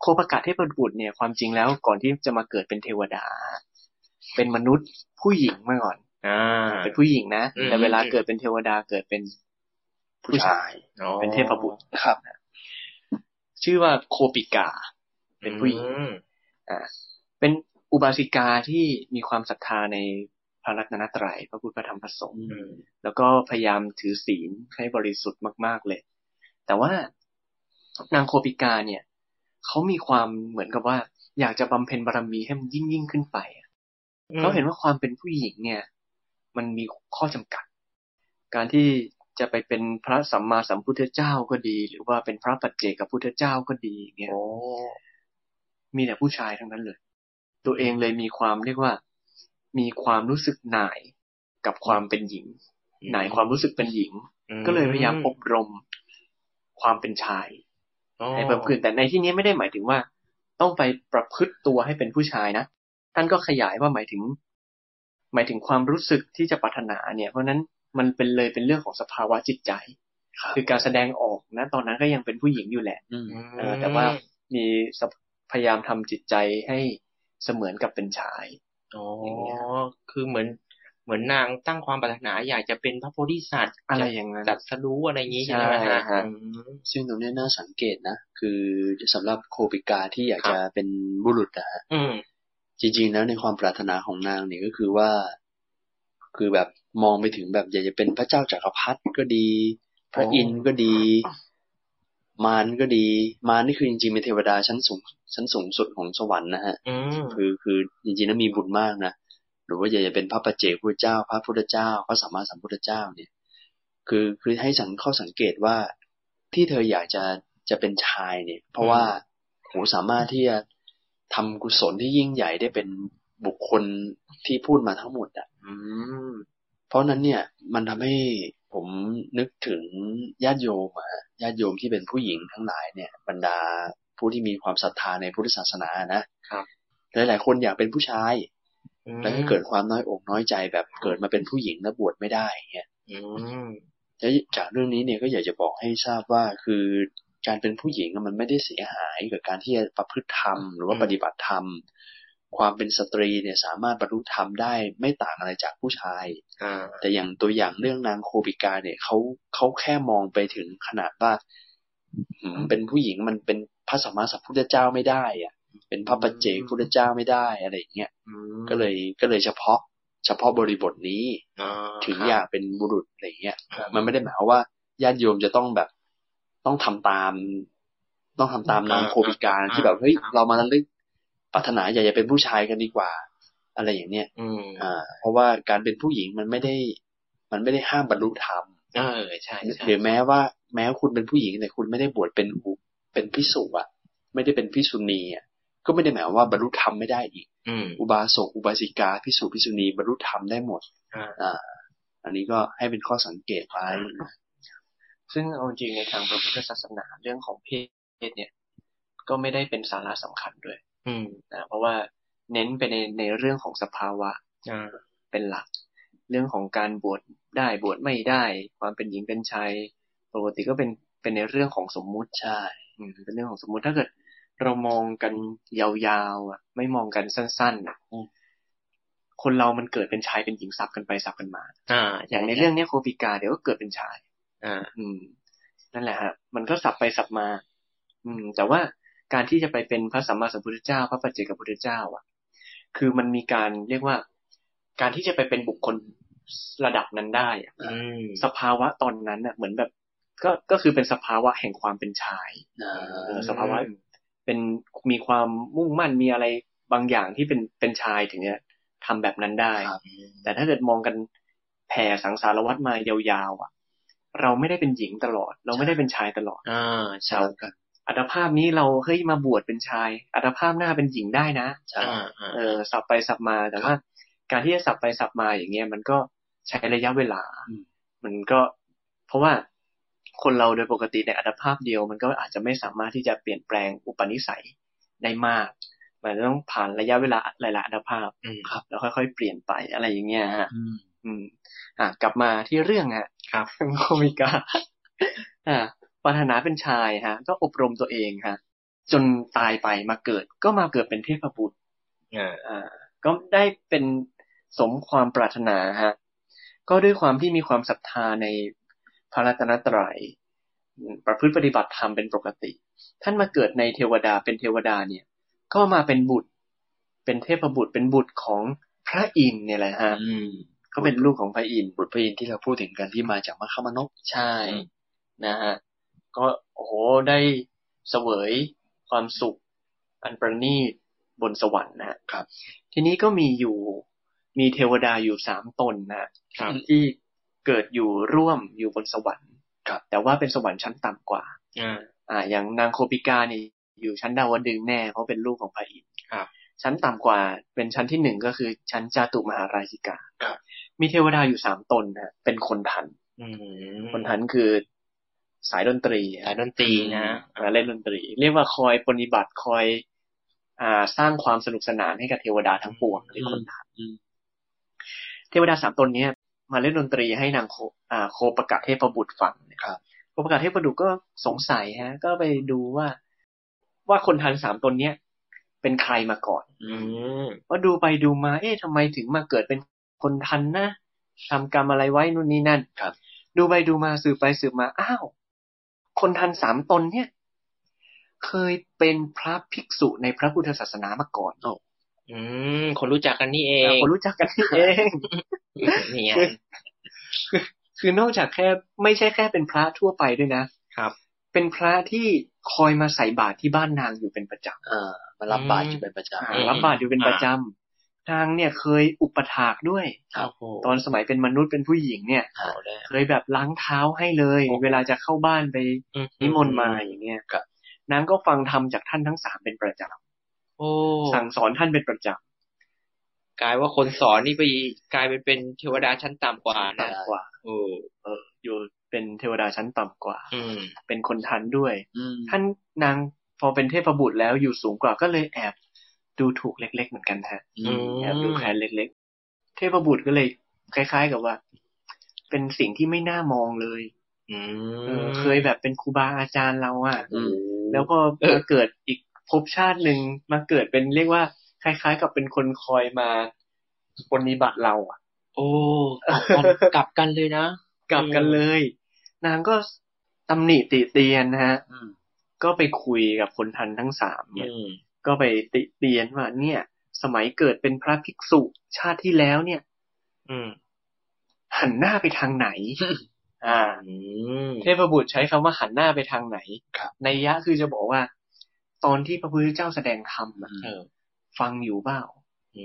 S1: โคปกะเทพบุตรเนี่ยความจริงแล้วก่อนที่จะมาเกิดเป็นเทวดา เป็นมนุษย์ผู้หญิงมาก่อน
S4: อ่า
S1: เป็นผู้หญิงนะ
S4: อืม
S1: แต่เวลาเกิดเป็นเทวดาเกิดเป็นผู้ชาย
S4: อ๋อ
S1: เป็นเทพบุตร
S3: ครับ
S1: ชื่อว่าโคปิกา เป็นผู้หญิง
S4: อืม
S1: อ่าเป็นอุบาสิกาที่มีความศรัทธาในพระรัตนตรัยพระพุทธพระธรรมพระสงฆ์
S4: อืม
S1: แล้วก็พยายามถือศีลให้บริสุทธิ์มากๆเลย แต่ว่านางโคปิกาเนี่ยเขามีความเหมือนกับว่า อยากจะบำเพ็ญบารมีให้มันยิ่งยิ่งๆขึ้นไปอะเขาเห็นว่าความเป็นผู้หญิงเนี่ย มันมีข้อจำกัด การที่จะไปเป็นพระสัมมาสัมพุทธเจ้าก็ดี หรือว่าเป็นพระปัจเจกพุทธเจ้าก็ดีเนี่ย
S4: โอ้
S1: มีแต่ผู้ชายทั้งนั้นเลย ตัวเองเลยมีความเรียกว่า มีความรู้สึกหน่ายกับความเป็นหญิง หน่ายความรู้สึกเป็นหญิง
S4: อื
S1: ก็เลยพยายามอบรมความเป็นชายให้เพิ่มขึ้นแต่ในที่นี้ไม่ได้หมายถึงว่า ต้องไปประพฤติตัวให้เป็นผู้ชายนะท่านก็ขยายว่าหมายถึง หมายถึงความรู้สึกที่จะปรารถนาเนี่ย เพราะฉะนั้นมันเป็นเลยเป็นเรื่องของสภาวะจิตใจ
S3: ครับ
S1: คือการแสดงออกนะ ตอนนั้นก็ยังเป็นผู้หญิงอยู่แหละ
S3: อืม
S4: อืม
S1: เออแต่ว่ามีสภพยายามทำจิตใจให้เสมือนกับเป็นชาย
S4: อ๋ออย่าง
S1: เงี้ย
S4: คือเหมือน เหมือนนางตั้งความปรารถนาอยากจะเป็นพระโพธิสัตว์
S1: อะไรอย่างนั้น
S4: จัดสรู้อะไรอย่างนี้ใช่ไหม
S1: ใช่
S4: ฮะ
S1: ฮะ
S4: อืม
S3: ซึ่งตรงเนี้ยน่าสังเกตนะ คือสำหรับโคปิกาที่อยาก
S4: ครับ
S3: จะเป็นบุรุษอะฮะ
S4: อืม
S3: จริงๆแล้วในความปรารถนาของนางเนี่ยก็คือว่า คือแบบมองไปถึงแบบอยากจะเป็นพระเจ้าจักรพรรดิก็ดี พระอินทร์ก็ดี มารก็ดี มารนี่คือจริงๆเป็นเทวดาชั้นสูงชั้นสูงสุดของสวรรค์นะฮะ
S4: อืม
S3: คือคือจริงๆแล้วมีบุญมากนะหรือว่าอยากจะเป็นพระปัจเจกพุทธเจ้า พระพุทธเจ้าพระสัมมาสัมพุทธเจ้าเนี่ย คือคือให้สังข้อสังเกตว่าที่เธออยากจะจะเป็นชายเนี่ย เพราะว่าโหสามารถที่จะทำกุศลที่ยิ่งใหญ่ได้เป็นบุคคลที่พูดมาทั้งหมดอะ
S1: อืม
S3: เพราะฉะนั้นเนี่ยมันทำให้ ผมนึกถึงญาติโยมอะญาติโยมที่เป็นผู้หญิงทั้งหลายเนี่ย บรรดาผู้ที่มีความศรัทธาในพุทธศาสนานะครับ หลายๆคนอยากเป็นผู้ชาย
S4: อืม
S3: แล้วก็เกิดความน้อยอกน้อยใจแบบเกิดมาเป็นผู้หญิงแล้วบวชไม่ได้อย่างเงี้ย
S4: อืม
S3: แล้วจากเรื่องนี้เนี่ยก็อยากจะบอกให้ทราบว่าคือการเป็นผู้หญิงอะมันไม่ได้เสียหายกับการที่จะประพฤติธรรมหรือว่าปฏิบัติธรรม ความเป็นสตรีเนี่ยสามารถบรรลุธรรมได้ไม่ต่างอะไรจากผู้ชาย
S4: อ่า
S3: แต่อย่างตัวอย่างเรื่องนางโคบิกาเนี่ยเขาเขาแค่มองไปถึงขนาดว่าหืมเป็นผู้หญิงมันเป็นพระสัมมาสัมพุทธเจ้าไม่ได้อะเป็นพระปัจเจกพุทธเจ้าไม่ได้อะไรอย่างเงี้ย
S4: อืม
S3: ก็เลยก็เลยเฉพาะ เฉพาะบริบทนี้
S4: อ่า
S3: ถึง
S4: ครับ
S3: อยากเป็นบุรุษอะไรอย่างเงี้ย
S4: ครับ
S3: มันไม่ได้หมายความว่าญาติโยมจะต้องแบบต้องทำตาม ต้องทำตามนางโคบิกา
S4: อ่า
S3: ที่แบบเฮ้ย
S4: ครับ
S3: เรามาระลึกปรารถนาอยากจะเป็นผู้ชายกันดีกว่า อะไรอย่างเนี้ย
S4: อืม
S3: อ่า เพราะว่าการเป็นผู้หญิงมันไม่ได้ มันไม่ได้ห้ามบรรลุธรรม
S4: เออใช่ใช่
S3: หรือแม้ว่าแม้คุณเป็นผู้หญิงแต่คุณไม่ได้บวชเป็นอุเป็นพิสุอะไม่ได้เป็นพิสุณีอะก็ไม่ได้หมายความว่าบรรลุธรรมไม่ได้อีก
S4: อืม
S3: อุบาสกอุบาสิกาพิสุพิสุณีบรรลุธรรมได้หมด
S4: อ่า
S3: อ่า อันนี้ก็ให้เป็นข้อสังเกตไว้
S1: ซึ่งเอาจริงในทางพระพุทธศาสนาเรื่องของเพศเนี่ย ก็ไม่ได้เป็นสาระสำคัญด้วย
S4: อืม
S1: นะเพราะว่าเน้นไปในในเรื่องของสภาวะ
S4: อ่า
S1: เป็นหลัก เรื่องของการบวชได้บวชไม่ได้ ความเป็นหญิงเป็นชายปกติก็เป็นเป็นในเรื่องของสมมุติ
S3: ใช่
S1: อืมเป็นเรื่องของสมมุติถ้าเกิด เรามองกันยาวๆอะไม่มองกันสั้นๆอะคนเรามันเกิดเป็นชายเป็นหญิงสับกันไปสับกันมา
S4: อ่า
S1: อย่างในเรื่องเนี้ยโคปิกาเดี๋ยวก็เกิดเป็นชาย
S4: อ่า
S1: อืม นั่นแหละฮะมันก็สับไปสับมา อืม แต่ว่าการที่จะไปเป็นพระสัมมาสัมพุทธเจ้า พระปัจเจกพุทธเจ้า อ่ะ คือมันมีการเรียกว่า การที่จะไปเป็นบุคคลระดับนั้นได้อะ
S4: อืม
S1: สภาวะตอนนั้นน่ะ เหมือนแบบ ก็ก็คือเป็นสภาวะแห่งความเป็นชาย
S3: อ่
S1: เออา สภาวะเป็นมีความมุ่งมั่นมีอะไรบางอย่างที่เป็นเป็นชายถึงจะทำแบบนั้นได้ แต่ถ้าเกิดมองกันแผ่สังสารวัตรมายาวๆอ่ะ เราไม่ได้เป็นหญิงตลอด เราไม่ได้เป็นชายตลอด
S4: อ่าใช่
S1: ชาว อัตภาพนี้เราเฮ้ยมาบวชเป็นชาย อัตภาพหน้าเป็นหญิงได้นะ
S3: ใช่
S4: อ่าอ่า
S1: เออสับไปสับมาแต่ว่า การที่จะสับไปสับมาอย่างเงี้ยมันก็ใช้ระยะเวลา มันก็ เพราะว่าคนเราโดยปกติในอัตภาพเดียว มันก็อาจจะไม่สามารถที่จะเปลี่ยนแปลงอุปนิสัยได้มาก มันจะต้องผ่านระยะเวลาหลายๆอัตภาพ
S4: อืม
S1: ครับ แล้วค่อย ๆ เปลี่ยนไปอะไรอย่างเงี้ยฮะ
S4: อืม
S1: อืม อ่ะกลับมาที่เรื่องฮะ
S4: ครับ
S1: โคมิกาอ่าปรารถนาเป็นชายฮะ ก็อบรมตัวเองฮะ จนตายไปมาเกิด ก็มาเกิดเป็นเทพบุตร
S4: อ่า
S1: อ่า ก็ได้เป็นสมความปรารถนาฮะ ก็ด้วยความที่มีความศรัทธาในพระรัตนตรัยประพฤติปฏิบัติธรรมเป็นปกติ ท่านมาเกิดในเทวดาเป็นเทวดาเนี่ย ก็มาเป็นบุตร เป็นเทพบุตรเป็นบุตรของพระอินทร์เนี่ยแหละฮะ
S4: อืม
S1: เขาเป็นลูกของพระอินทร์
S3: บุตรพระอินทร์ที่เราพูดถึงกันที่มาจากมคคามนพ
S1: ใช่
S4: อืม
S1: นะฮะ ก็โอ้โห ได้เสวยความสุข อันประณีตบนสวรรค์นะฮะ
S3: ครับ
S1: ทีนี้ก็มีอยู่ มีเทวดาอยู่สามตนนะฮะ
S4: ครับ
S1: ที่เกิดอยู่ร่วมอยู่บนสวรรค์
S3: ครับ
S1: แต่ว่าเป็นสวรรค์ชั้นต่ำกว่า
S4: อ่า
S1: อ่า อย่างนางโคปิกาเนี่ยอยู่ชั้นดาวดึงส์แน่เพราะเป็นลูกของพระอินทร์
S4: ครับ
S1: ชั้นต่ำกว่าเป็นชั้นที่หนึ่งก็คือชั้นจาตุมหาราชิกา
S4: ครับ
S1: มีเทวดาอยู่สามตนนะฮะเป็นคนทัน
S4: อืม
S1: คนทันคือสายดนตรี
S4: สายดนตรีนะ
S1: อ่าเล่นดนตรี เรียกว่าคอยปฏิบัติคอย อ่าสร้างความสนุกสนานให้กับเทวดาทั้งปวงเรียกคนทันเทวดาสามตนเนี้ย มาเล่นดนตรีให้นางโคอ่าโคประกาศเทพบุตรฟังเนี่ย
S3: ครับ
S1: โคประกาศเทพบุตรก็สงสัยฮะ ก็ไปดูว่า ว่าคนทันสามตนเนี้ย เป็นใครมาก่อน
S4: อืม
S1: ว่าดูไปดูมา เอ๊ะทำไมถึงมาเกิดเป็นคนทันนะทำกรรมอะไรไว้นู่นนี่นั่น
S3: ครับ
S1: ดูไปดูมาสืบไปสืบมา อ้าว คนทันสามตนเนี่ย เคยเป็นพระภิกษุในพระพุทธศาสนามาก่อน
S4: อืมคนรู้จักกันนี่เอง
S1: คนรู้จักกันนี่เอง
S4: นี่ไง
S1: คือคือคือนอกจากแค่ไม่ใช่แค่เป็นพระทั่วไปด้วยนะครับ เป็นพระที่คอยมาใส่บาตรที่บ้านนางอยู่เป็นประจำ
S3: อ่ามารับบาตรอยู่เป็นประจ
S4: อืม
S1: รับบาตรอยู่เป็นประจำนางเนี่ยเคยอุปถากด้วย
S4: โอ้โห
S1: ตอนสมัยเป็นมนุษย์เป็นผู้หญิงเนี่ย
S4: เอาแล้ว
S1: เคยแบบล้างเท้าให้เลย
S4: โอ้
S1: เวลาจะเข้าบ้านไป
S4: อื
S1: นิมนต์มาอย่างเงี้ย
S3: ครับ
S1: นางก็ฟังธรรมจากท่านทั้งสามเป็นประจ
S4: โอ้
S1: ำสั่งสอนท่านเป็นประจ
S4: กลายว่าคนสอนนี่ไปกลายเป็นเป็นเทวดาชั้นต่ำกว่า
S1: ำ
S4: นะ
S1: ต่ำกว่า
S4: โอ้
S1: อยู่เป็นเทวดาชั้นต่ำกว่า
S4: อืม
S1: เป็นคนทันด้วย
S3: อืม
S1: ท่านนางพอเป็นเทพบุตรแล้วอยู่สูงกว่าก็เลยแอบดูถูกเล็ก ๆ เหมือนกันฮะ
S3: อืม
S1: แอบดูแคลนเล็ก ๆ เทพบุตรก็เลยคล้าย ๆ กับว่า เป็นสิ่งที่ไม่น่ามองเลย
S4: อื
S1: เออ
S4: ม
S1: เคยแบบเป็นครูบาอาจารย์เราอะ
S3: อืม
S1: แล้วก็มาเกิดอีกภพชาติหนึ่งมาเกิดเป็นเรียกว่า คล้าย ๆ กับเป็นคนคอยมาปรนนิบัติเราอ่ะ
S4: โอ้กลับกันกลับกันเลยนะ
S1: กลับกันเลย นางก็ตำหนิติเตียนนะฮะ
S3: อืม
S1: ก็ไปคุยกับคนทันทั้งสามเนี่ย
S4: อืม
S1: ก็ไปติเตียนว่าเนี่ย สมัยเกิดเป็นพระภิกษุชาติที่แล้วเนี่ย
S4: อืม
S1: หันหน้าไปทางไหน อ่า
S4: อืม
S1: เทพบุตรใช้คำว่าหันหน้าไปทางไหนในยยะคือจะบอกว่า ตอนที่พระพุทธเจ้าแสดงธรรมอะ
S4: เออ
S1: ฟังอยู่เปล่า
S4: อื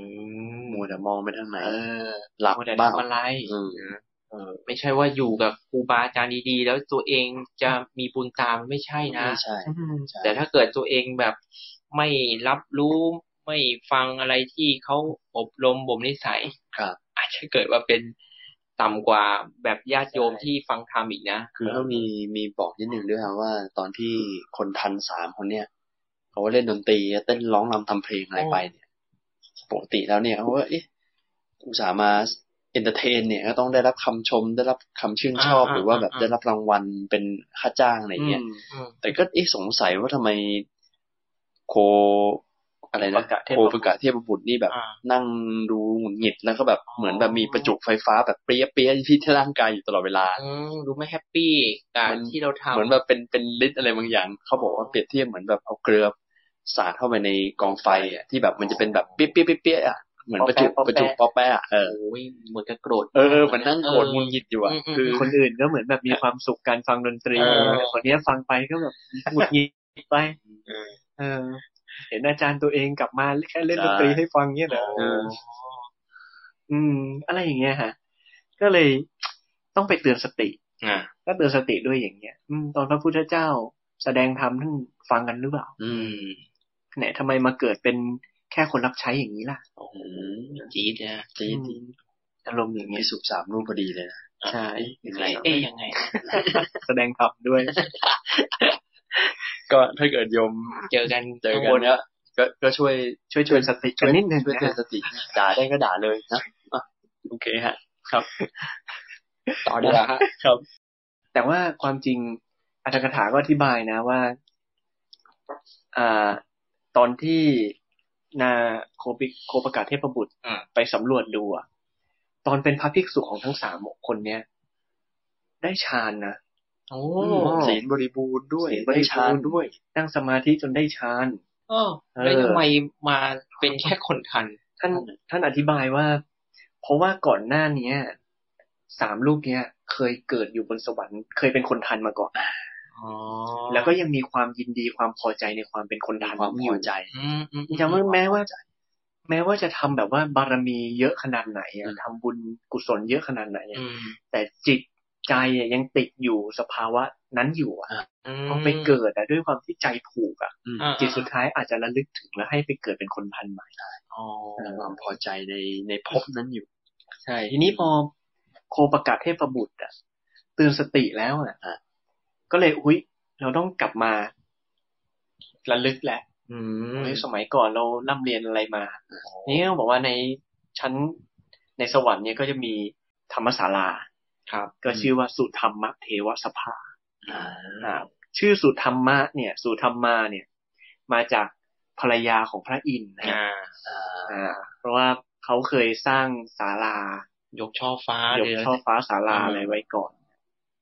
S4: ม
S3: มัวแต่มองไปทางไหน
S1: เออ
S3: หลับ
S1: มัวแต่
S3: บ้าง
S1: ทำอะไร
S3: อืม
S4: เออ ไม่ใช่ว่าอยู่กับครูบาอาจารย์ดีๆ แล้วตัวเองจะมีบุญตามไม่ใช่นะ
S3: ใช่ใช่
S4: แต่ถ้าเกิดตัวเองแบบไม่รับรู้ไม่ฟังอะไรที่เขาอบรมบ่มนิสัย
S3: ครับ
S4: อาจจะเกิดว่าเป็นต่ำกว่าแบบญาติโยม
S3: ใช่
S4: ที่ฟังธรรมอีกนะ
S3: คือก็มีมีบอกนิดหนึ่งด้วยครับว่าตอนที่คนทันสามคนเนี่ยเขาก็เล่นดนตรีเต้นร้องรำทำเพลงอะไรไปเนี่ยปกติแล้วเนี่ยเขาว่าเอ๊ะอุตส่าห์มาเอนเตอร์เทน เนี่ยก็ต้องได้รับคำชมได้รับคำชื่นชอบ
S4: อ่า
S3: หรือว่า
S4: อ่า
S3: แบบ
S4: อ่า
S3: ได้รับรางวัลเป็นค่าจ้างอะไรเงี้ยแต่ก็เอ๊ะสงสัยว่าทำไมโคอะไรนะ
S1: ประกะเทพ
S3: โค
S1: บุตร
S3: ประกาศเทพบุตรนี่แบบ
S4: อ่า
S3: นั่งดูหงุดหงิดแล้วก็แบบเหมือนแบบมีประจุไฟฟ้าแบบเปรี้ยเปรี้ยๆที่ร่างกายอยู่ตลอดเวลา
S4: อืมดูไม่แฮปปี้กับ
S3: มัน
S4: ที่เราทำ
S3: เหมือนแบบเป็นเป็นลิตรอะไรบางอย่าง เขาบอกว่าเปรียบเทียบเหมือนแบบเอาเกลือสาดเข้าไปในกองไฟอ่ะที่แบบมันจะเป็นแบบเปี้ยเปี้ยเปี้ยเปี้ยอ่ะเหมือนประจุ
S1: ปอแปะ
S3: ประจุปอแปะอะเออ
S4: โอ้ยเหมือนกับโกรธ
S3: เออเออมันนั่งโกรธ
S4: เออ
S3: มุนหงิดอยู่อ่ะ
S4: อืมอืม
S3: คือ
S1: คนอื่นก็เหมือนแบบมีความสุขการฟังดนตรี
S3: เออ
S1: แต่คนเนี้ยฟังไปก็แบบหงุดหงิดไปเออ เห็นอาจารย์ตัวเองกลับมาแค่เล่นดนตรีให้ฟังเนี่ยนะ
S3: เออ
S1: อืม อะไรอย่างเงี้ยฮะ ก็เลยต้องไปเตือนสติ
S4: อ่ะ
S1: ก็เตือนสติด้วยอย่างเงี้ย อืม ตอนพระพุทธเจ้าแสดงธรรมท่านฟังกันหรือเปล่า
S3: อืม
S1: เนี่ยทำไมมาเกิดเป็นแค่คนรับใช้อย่างนี้ล่ะ
S4: จี๊ดนะ
S3: จีน
S1: อืมอารมณ์อย่าง
S3: มี
S1: เงี้ย
S3: สุบสามรูปพอดีเลยนะ
S1: ใช่
S3: ยัง
S4: ไง
S3: ไง
S4: เอ๊ยยังไง
S1: แสดงธรรม ด้วย
S3: ก็ถ้าเกิดโยม
S4: เจอกัน
S3: เจอ
S4: ข้าง
S3: กับ น
S4: น
S3: เนี่ยก็ก็ช่วย
S1: ช่วยชวนสติกันนิดนึง
S3: ช่วย
S1: นะ
S3: เตือน
S1: ฮะ
S3: สติด่าได้ก็ด่าเลยนะอ่ะโอเคฮะ ครับ ต่อดีกว่าฮะครับ
S1: แต่ว่าความจริงอัตถกถาก็อธิบายนะว่าอ่าตอนที่นาโคปิโคประกาศเทพบุตร
S4: อ่ะ
S1: ไปสำรวจดูอะตอนเป็นพระภิกษุของทั้งสามคนเนี่ย ได้ฌานนะ
S4: โอ้
S1: อืม
S3: ศีลบริบูรณ์ด้วย
S1: ศีลบริบูรณ์
S3: ได้ฌานด้วย
S1: นั่งสมาธิจนได้ฌาน
S4: เออแล้วทำไมมาเป็นแค่คนทัน
S1: ท่านท่านอธิบายว่า เพราะว่าก่อนหน้าเนี้ยสามลูกเนี้ย เคยเกิดอยู่บนสวรรค์เคยเป็นคนทันมาก่อน
S4: อ๋อ
S1: แล้วก็ยังมีความยินดีความพอใจในความเป็นคน
S3: มี
S1: ทัน
S3: ความพอใจ
S4: อืมอืมอืม
S1: ยังแม้ว่า แม้ว่าจะทำแบบว่าบารมีเยอะขนาดไหนอะทำบุญกุศลเยอะขนาดไหนอะ
S4: อืม
S1: แต่จิตใจอะยังติดอยู่สภาวะนั้นอยู่อะพอไปเกิดอะด้วยความที่ใจผูกอะ
S4: อ่า
S1: จิตสุดท้ายอาจจะระลึกถึงแล้วให้ไปเกิดเป็นคนทันใหม่
S4: อ๋อ
S3: ความพอใจในในภพนั้นอยู่
S4: ใช่
S1: ทีนี้พอโคประกาศเทพบุตรอะเตือนสติแล้วอะ
S3: อ่ะ
S1: ก็เลยอุ้ยเราต้องกลับมาระลึกแหละ
S4: อืม
S1: เฮ้ยสมัยก่อนเราร่ำเรียนอะไรมา นี่ต้องบอกว่าในชั้นในสวรรค์เนี่ยก็จะมีธรรมศาลา
S4: ครับ
S1: ก็ชื่อว่าสุธรรมเทวสภา
S3: อ่า
S1: อ่าชื่อสุธรรมะเนี่ย สุธรรมาเนี่ย มาจากภรรยาของพระอินทร์นะ
S4: อ่า
S3: อ่า
S1: อ่า เพราะว่าเขาเคยสร้างศาลา
S4: ยกช่อฟ้าย
S1: ก
S4: เลย
S1: ช่อฟ้าศาลาอะไรไว้ก่อน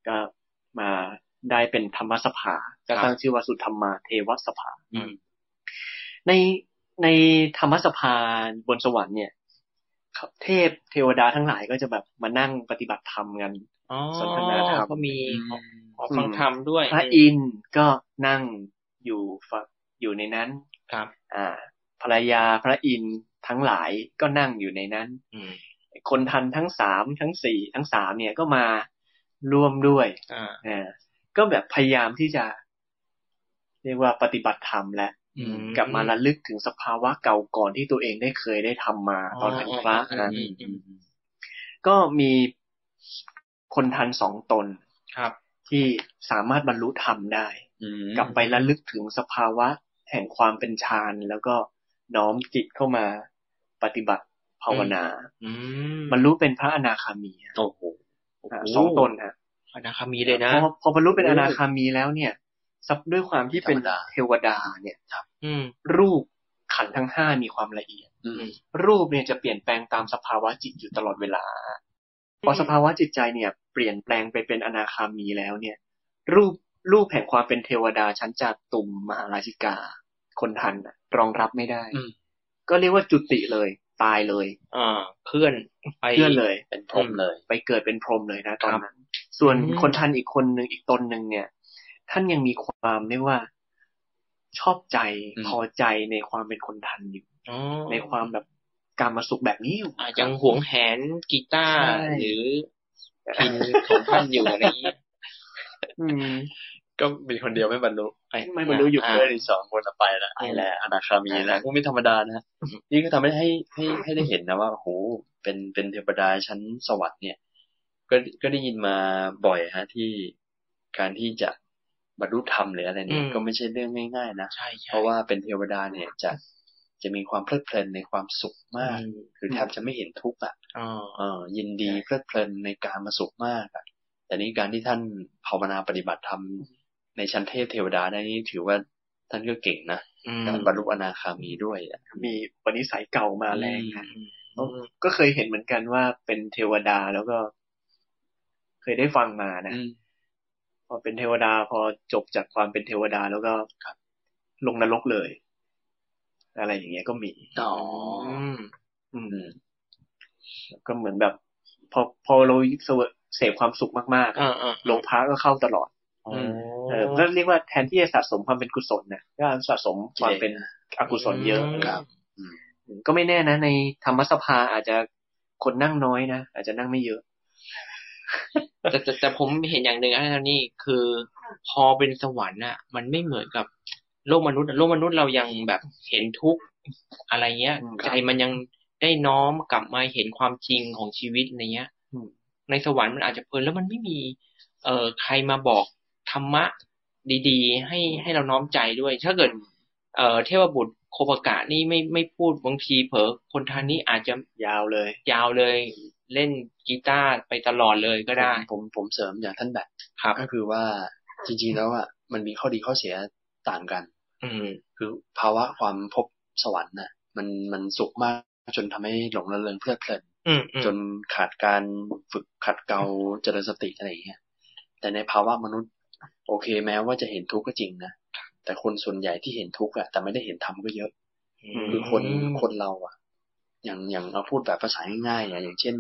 S1: ก็มาได้เป็นธรรมสภาก็ตั้งชื่อว่าสุธรรมาเทวสภา
S4: อืม
S1: ในในธรรมสภาบนสวรรค์เนี่ยครับเทพเทวดาทั้งหลายก็จะแบบมานั่งปฏิบัติธรรมกัน
S4: อ๋อ
S1: สนทนาธรรม
S4: ก็มีของของฟังธรรมด้วย
S1: พระอินทร์ก็นั่งอยู่ฝักอยู่ในนั้น
S4: ครับ
S1: อ่า ภรรยาพระอินทร์ทั้งหลายก็นั่งอยู่ในนั้น
S4: อืม
S1: คนทันทั้งสามทั้งสี่ทั้งสามเนี่ยก็มาร่วมด้วย
S4: อ่า
S1: อ่าก็แบบพยายามที่จะ เรียกว่าปฏิบัติธรรมแหละ
S4: อืม
S1: กลับมาระลึกถึงสภาวะเก่าก่อนที่ตัวเองได้เคยได้ทำมา ตอนเป็นพระนะ
S4: อืมอืม
S1: ก็มี คนทันสองตน
S4: ครับ
S1: ที่สามารถบรรลุธรรมได้
S3: อืม
S1: กลับไประลึกถึงสภาวะแห่งความเป็นฌานแล้วก็น้อมจิตเข้ามาปฏิบัติภาวนา
S4: อืม
S1: บรรลุเป็นพระอนาคามี
S3: โอ้โห
S1: อ่ะสองตนฮะ
S4: อนาคามีเลยนะ
S1: พอพอบรรลุเป็นอนาคามีแล้วเนี่ยซับด้วยความที่เป็น
S3: ธรรมดา
S1: เทวดาเนี่ย
S4: อืม
S1: รูปขันธ์ทั้งห้ามีความละเอียด
S3: อืม
S1: รูปเนี่ยจะเปลี่ยนแปลงตามสภาวะจิตอยู่ตลอดเวลา พอสภาวะจิตใจเนี่ย เปลี่ยนแปลงไปเป็นอนาคามีแล้วเนี่ย รูปรูปแห่งความเป็นเทวดาชั้นจาตุมมหาราชิกา คนทันน่ะรองรับไม่ได้
S4: อืม
S1: ก็เรียกว่าจุติเลย ตายเลย
S4: อ่าเคลื่อนไป
S1: เพื่อนเลย
S3: เป็นพรหมเลย
S1: ไปเกิดเป็นพรหมเลยนะตอน
S4: ครับ
S1: นั้น ส่วน
S4: อืม
S1: คนทันอีกคนหนึ่งอีกตนหนึ่งเนี่ย ท่านยังมีความเรียกว่าชอบใจ
S3: อืม
S1: พอใจในความเป็นคนทันอยู่
S4: อ๋อ
S1: ในความแบบการมาสุขแบบนี้อยู่
S4: อ่ายังหวงแหนกีตาร์
S1: ใช่
S4: หรือพินของท่านอยู่อะไรอย่างเงี้ย
S1: อืม
S3: ก็มีคนเดียวไม่บรรลุ
S1: ไม่บรรลุอยู่
S3: เพื่อนอีกสองคนน่ะไปแล้วไอ้แหละอนาคามีแล้วก็ไม่ธรรมดานะนี่ก็ทำให้ให้ให้ให้ได้เห็นนะว่าโอ้โหเป็นเป็นเทวดาชั้นสวรรค์เนี่ย ก็ก็ได้ยินมาบ่อยฮะที่การที่จะบรรลุธรรมหรืออะไรเนี่ยก็ไม่ใช่เรื่องง่ายๆนะ
S4: ใช่ใช่
S3: เพราะว่าเป็นเทวดาเนี่ยจะจะมีความเพลิดเพลินในความสุขมาก
S4: อืม
S3: คือแทบจะไม่เห็นทุกข์อ่ะ
S4: อ๋อ
S3: เออยินดีเพลิดเพลินในการมาสุขมากอ่ะแต่นี้การที่ท่านภาวนาปฏิบัติธรรมในชั้นเทพเทวดาได้นี่ถือว่าท่านก็เก่งนะ
S4: อืม
S3: การบรรลุอนาคามีด้วยอะ
S1: มีวันนี้สายเก่ามาแรงนะ
S4: อืม
S1: ก็เคยเห็นเหมือนกันว่าเป็นเทวดาแล้วก็ เคยได้ฟังมานะ
S3: อืม
S1: พอเป็นเทวดาพอจบจากความเป็นเทวดาแล้วก็ลงนรกเลย อะไรอย่างเงี้ยก็มี
S3: อ๋อ
S4: อืม
S1: อืม
S3: อืม
S1: ก็เหมือนแบบ พอพอเราเสวเสพความสุขมาก
S4: อ่าอ่า
S1: ๆโลภะก็เข้าตลอด
S3: อ๋อ
S4: อืม
S1: เออก็เรียกว่าแทนที่จะสะสมความเป็นกุศลนะก็สะสมความเป็นอกุศลเยอะ
S3: ครับ
S1: ก็ไม่แน่นะในธรรมสภาอาจจะคนนั่งน้อยนะอาจจะนั่งไม่เยอะ
S4: แต่แต่แต่ผมเห็นอย่างหนึ่งนะท่านนี่คือพอเป็นสวรรค์น่ะ มันไม่เหมือนกับโลกมนุษย์อะโลกมนุษย์เรายังแบบเห็นทุกข์อะไรเงี้ย
S1: อืม
S4: ใจมันยังได้น้อมกลับมาเห็นความจริงของชีวิตอะไรเงี้ย
S1: อืม
S4: ในสวรรค์มันอาจจะเพลินแล้วมันไม่มี เอ่อใครมาบอกธรรมะดีๆ ให้ให้เราน้อมใจด้วย ถ้าเกิด เอ่อเทวบุตรโคปกะนี่ไม่ไม่พูดบางทีเผลอคนทานนี้อาจจะ
S1: ยาวเลย
S4: ยาวเลยเล่นกีตาร์ไปตลอดเลยก็ได้
S3: ผมผมเสริมอย่างท่านแบบ
S4: ครับ
S3: ก็คือว่าจริงๆแล้วอ่ะมันมีข้อดีข้อเสียต่างกัน
S4: อืม
S3: คือภาวะความพบสวรรค์น่ะ มันมันสุขมากจนทำให้หลงระเริงเพลิดเพลิน
S4: อืมอืม
S3: จนขาดการฝึกขัดเกลาเจริญสติอะไรอย่างเงี้ย แต่ในภาวะมนุษย์ โอเคแม้ว่าจะเห็นทุกข์ก็จริงนะ แต่คนส่วนใหญ่ที่เห็นทุกข์อะแต่ไม่ได้เห็นธรรมก็เยอะ คือคนคนเราอะอย่างอย่างเอาพูดแบบภาษาง่ายๆอะอย่างเช่น